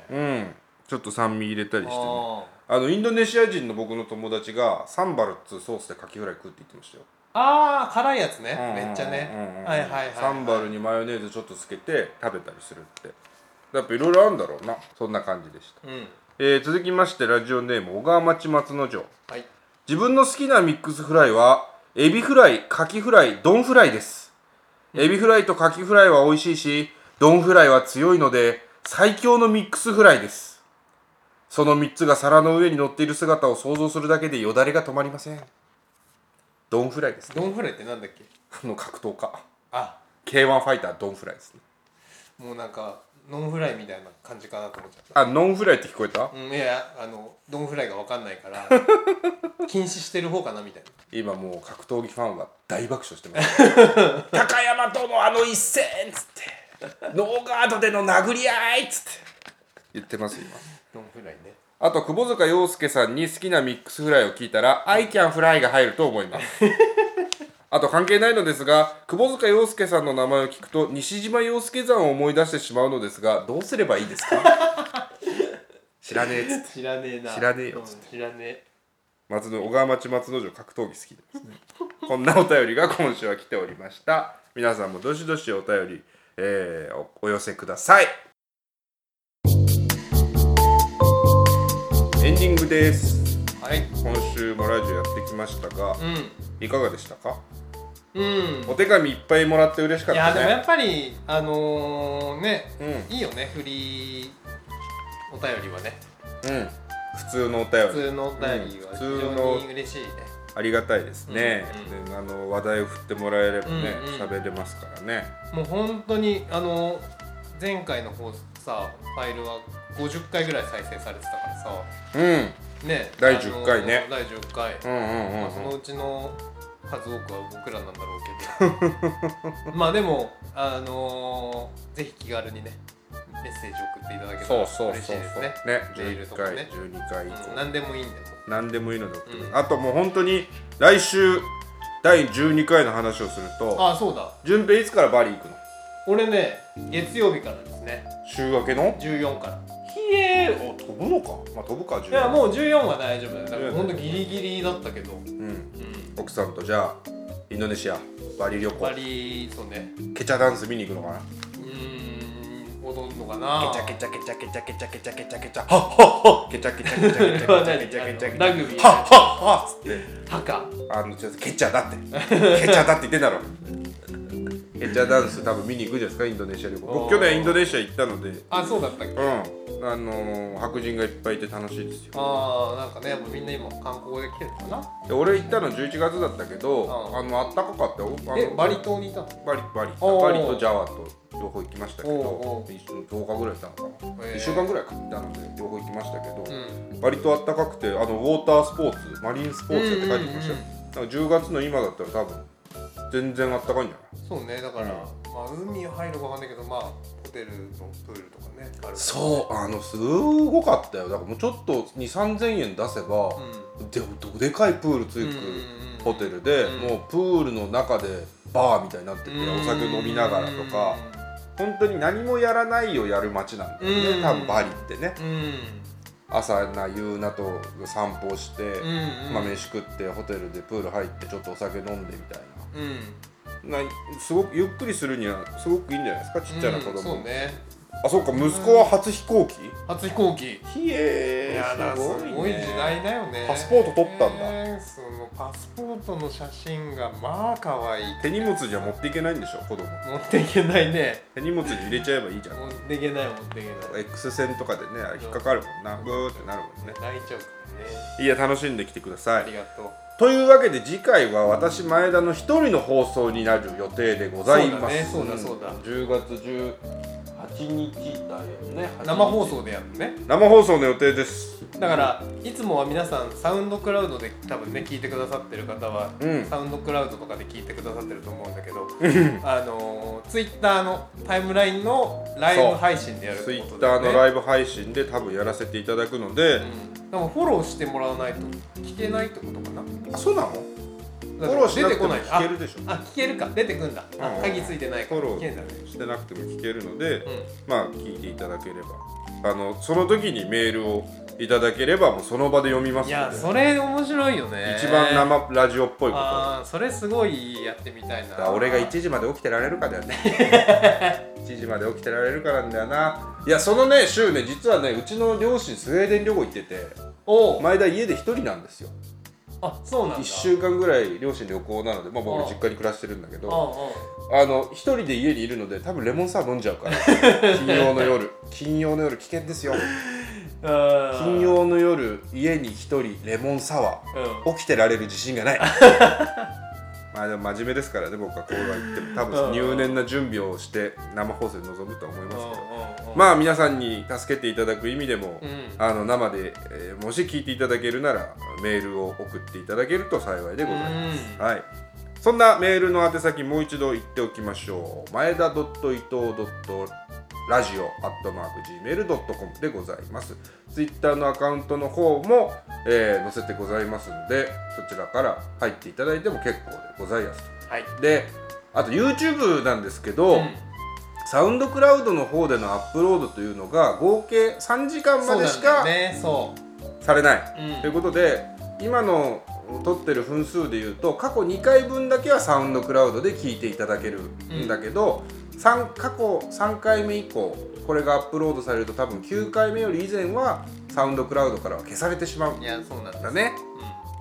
でうんちょっと酸味入れたりしてねああのインドネシア人の僕の友達がサンバルっつうソースでカキフライ食うって言ってましたよ、あー辛いやつねめっちゃうんうんうんねはいはいはいはいサンバルにマヨネーズちょっとつけて食べたりするってやっぱいろいろあるんだろうなそんな感じでした、うんえー続きましてラジオネーム小川町松之丞はい自分の好きなミックスフライはエビフライカキフライドンフライですエビフライとカキフライは美味しいしドンフライは強いので最強のミックスフライですその3つが皿の上に乗っている姿を想像するだけでよだれが止まりませんドンフライですねドンフライってなんだっけあの格闘家あ K1 ファイタードンフライですねもうなんかノンフライみたいな感じかなと思っちゃったあノンフライって聞こえたうんいやあのドンフライがわかんないから 禁止してる方かなみたいな今もう格闘技ファンは大爆笑してます 高山とのあの一戦っつってノーガードでの殴り合いっつって言ってます今ドンフライねあと窪塚洋介さんに好きなミックスフライを聞いたら「I can fly」が入ると思います あと関係ないのですが窪塚洋介さんの名前を聞くと西島洋介さんを思い出してしまうのですがどうすればいいですか 知らねえっつって知らねえな知らねえようん知らねえ松の小川町松之丞格闘技好きですねこんなお便りが今週は来ておりました皆さんもどしどしお便り、えーおお寄せくださいエンディングですはい今週もラジオやってきましたがいかがでしたかうんうんお手紙いっぱいもらって嬉しかっいやたでもやねっぱりあのーね、ういいよねフリーお便りはねうん普通のお便普り通のお便りはうん非普通の常に嬉しいね、ありがたいですね、うんであの話題を振ってもらえればねうんうん喋、れますからねもう本当にあの前回の方さファイルは50回ぐらい再生されてたからさうんね第10回ねあの第10回、うんうんうん、まうあ、そんのうちの数多くは僕らなんだろうけどまあでもあのーぜひ気軽にねメッセージ送っていただけたそうらそう嬉しいそうですそうねねメール12とか回ね、 12回以降、うん、何でもいいんだよ何でもいいので送ってくださいうんあともう本当に来週第12回の話をするとあそうだ順平いつからバリ行くの俺ね月曜日からですね週明けの14からひえー、お飛ぶのかまあ飛ぶかい14やもう14は大丈夫だよだからほんとギリギリだったけどうんうん、奥さんとじゃあインドネシアバリ旅行バリそうねケチャダンス見に行くのかうーん踊るのかななケチャケチャケチャケチャケチャケチャケチャケチャはっはっはケチャケチャケチャケチャケチャケチャケチャケチャケチャケチャラグビーはっはっはっつってハカあのちょっとケチャだってケチャだって言ってんだろケチャダンス多分見に行くじゃないですかインドネシア旅行おー僕去年インドネシア行ったのでうんあそうだったっけあのー、白人がいっぱいいて楽しいですよああなんかねやっぱみんな今観光で来てるのかなで俺行ったの11月だったけどうんあのあったかかったよあのえバリ島にいたのバリバリおーバリとジャワと両方行きましたけおどーお一緒に10日ぐらいいたのかな、へー1週間ぐらいかいたので両方行きましたけど、うん割とあったかくてあのウォータースポーツマリンスポーツやって書いてきましたよ、うんだから10月の今だったら多分全然あったかいんじゃないそうねだからまあ海入るかわかんないけどまあホテルのプールとかねあるそうあのすごかったよだからもうちょっと2 3 0 0 0円出せば、でどでかいプールついてくるホテルで、うんもうプールの中でバーみたいになってて、うんお酒飲みながらとか、本当に何もやらないをやる街なんだよね、うん多分バリってねうんうん朝な夕なと散歩して、うんうんまあ、飯食ってホテルでプール入ってちょっとお酒飲んでみたいうんななすごくゆっくりするにはすごくいいんじゃないですかちっちゃな子供、うんそうねあそうか息子は初飛行機、初飛行機ひえいやだすごい,、時代だよねパスポート取ったんだだそのパスポートの写真がまあ可愛い手荷物じゃ持っていけないんでしょ子供持っていけないね手荷物に入れちゃえばいいじゃん持っていけない持っていけない X 線とかでねあれ引っかかるもんなブーってなるもんね泣いちゃうからねいや楽しんできてくださありいがとうとというわけで次回は私前田の一人の放送になる予定でございますそうだねそうだそう10ん月18日だよね生放送でやるのね生放送の予定ですだからいつもは皆さんサウンドクラウドで多分ね聞いてくださってる方は、うんサウンドクラウドとかで聞いてくださってると思うんだけどあのツイッター Twitter のタイムラインのライブ配信でやるってツイこッとタだよーねのライブ配信で多分やらせていただくので、うん、でもフォローしてもらわないと聞けないってことかなあそうなのフフォローしなくても出て聞こないけるでしょああ聞けるか出てくんだ、あうん鍵ついてないかフォらロ聞けんだねーしてなくても聞けるので、うんまあ聞いていただければあのその時にメールをいただければもうその場で読みますのでいやそれ面白いよね一番っ生ラジオっぽいことあーそれすごいやってみたいだからな俺が1時まで起きてられるかだよね 1時まで起きてられるかなんだよないやそのね週ね実はねうちの両親スウェーデン旅行行ってておう前田家で1人なんですよあそうなんだ1週間ぐらい両親旅行なのでまあああ僕実家に暮らしてるんだけうんどあの1人で家にいるので多分レモンサワー飲んじゃうから 金曜の夜金曜の夜危険ですようんうん金曜の夜家に1人レモンサワうんー起きてられる自信が ないまあでも真面目ですからね僕はこうは言っても多う分ん入念な準備をして生放送に臨むとは思いますけどうんうんまあ皆さんに助けていただく意味でも、うんあの生で、えーもし聞いていただけるならメールを送っていただけると幸いでございます。はいそんなメールの宛先もう一度言っておきましょう。前田伊藤ラジオアットマーク Gmail.com でございます。ツイッターのアカウントの方も、えー載せてございますので、そちらから入っていただいても結構でございます。はいで、あと YouTube なんですけど、うんサウンドクラウドの方でのアップロードというのが合計3時間まそうでなしんだよかねそうされない。うんということで今の取ってる分数でいうと過去2回分だけはサウンドクラウドで聞いていただけるんだけど、三過去3回目以降これがアップロードされると多分9回目より以前はサウンドクラウドからは消されてしまうんいやそうなんだだね。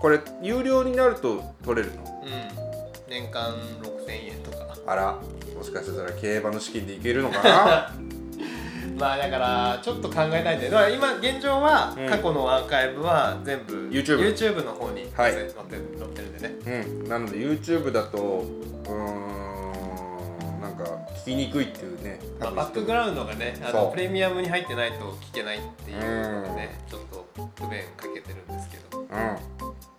これ有料になると取れるのうん、うん、年間6000円とかあらもしかしたら競馬の資金でいけるのかなまあだからちょっと考えたいんだよだから今現状はうん過去のアーカイブは全部 YouTube YouTube の方にはい載せ載ってる載ってるんでねうん、なので YouTube だとうーんなんか聞きにくいっていうねまあ、バックグララウンドがねあそのうプレミアムに入ってないと聞けないっていうのがねちょっと不便かけてるんですけどうん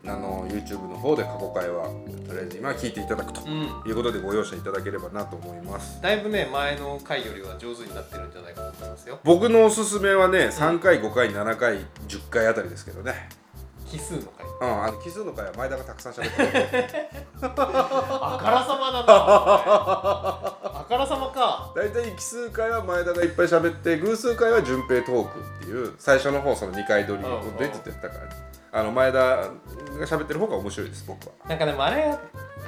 あの YouTube の方で過去回はとりあえず今は聞いていただくとうんいうことでご容赦いただければなと思いますだいぶね前の回よりは上手になってるんじゃないかと思いますよ僕のおすすめはね3回5回7回10回あたりですけどね奇数の回うんあの奇数の回は前田がたくさん喋ってるあからさ まだなお前あからさまか大体奇数回は前田がいっぱい喋って偶数回は順平トークっていう最初の方その2回撮りを出てたからあの前田が喋ってる方が面白いです僕はなんかでもあれ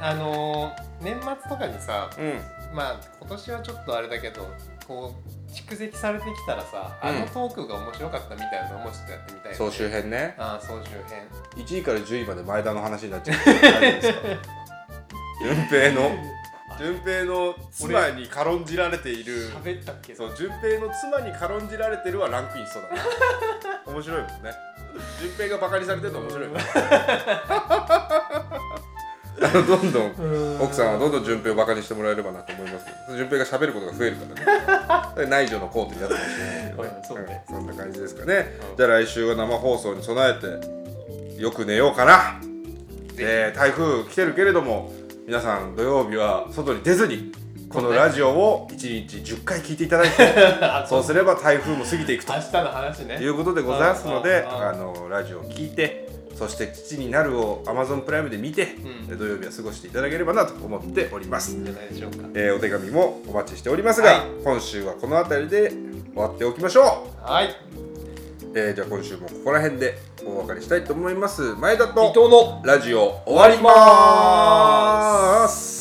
あのー年末とかにさうんまあ今年はちょっとあれだけどこう蓄積されてきたらさ、うんあのトークが面白かったみたいなのもちょっとやってみたいよね総集編ねああ総集編1位から10位まで前田の話になっちゃうけど大丈夫ですか順平の順平の妻に軽んじられている喋ったっけそう順平の妻に軽んじられてるはランクインしそうだな面白いもんね順平がバカにされてるの面白いもんねあのどんどん奥さんはどんどん順平をバカにしてもらえればなと思いますけど順平が喋ることが増えるからね 内助の功というやつかもしれないけどうんそうねん、そんな感じですかね、うんじゃあ来週は生放送に備えてよく寝ようかなで台風来てるけれども皆さん土曜日は外に出ずにこのラジオを1日10回聞いていただい てあそうすれば台風も過ぎていくと明日の話ねいうことでございますのでああああのラジオを聞いてそして父になるを Amazon プライムで見て、うん土曜日は過ごしていただければなと思っております、じゃないでしょうかえーお手紙もお待ちしておりますが、は今週はこの辺りで終わっておきましょはい伊う、えーじゃあ今週もここら辺でお別れしたいと思います前田と藤のラジオ終わりまーす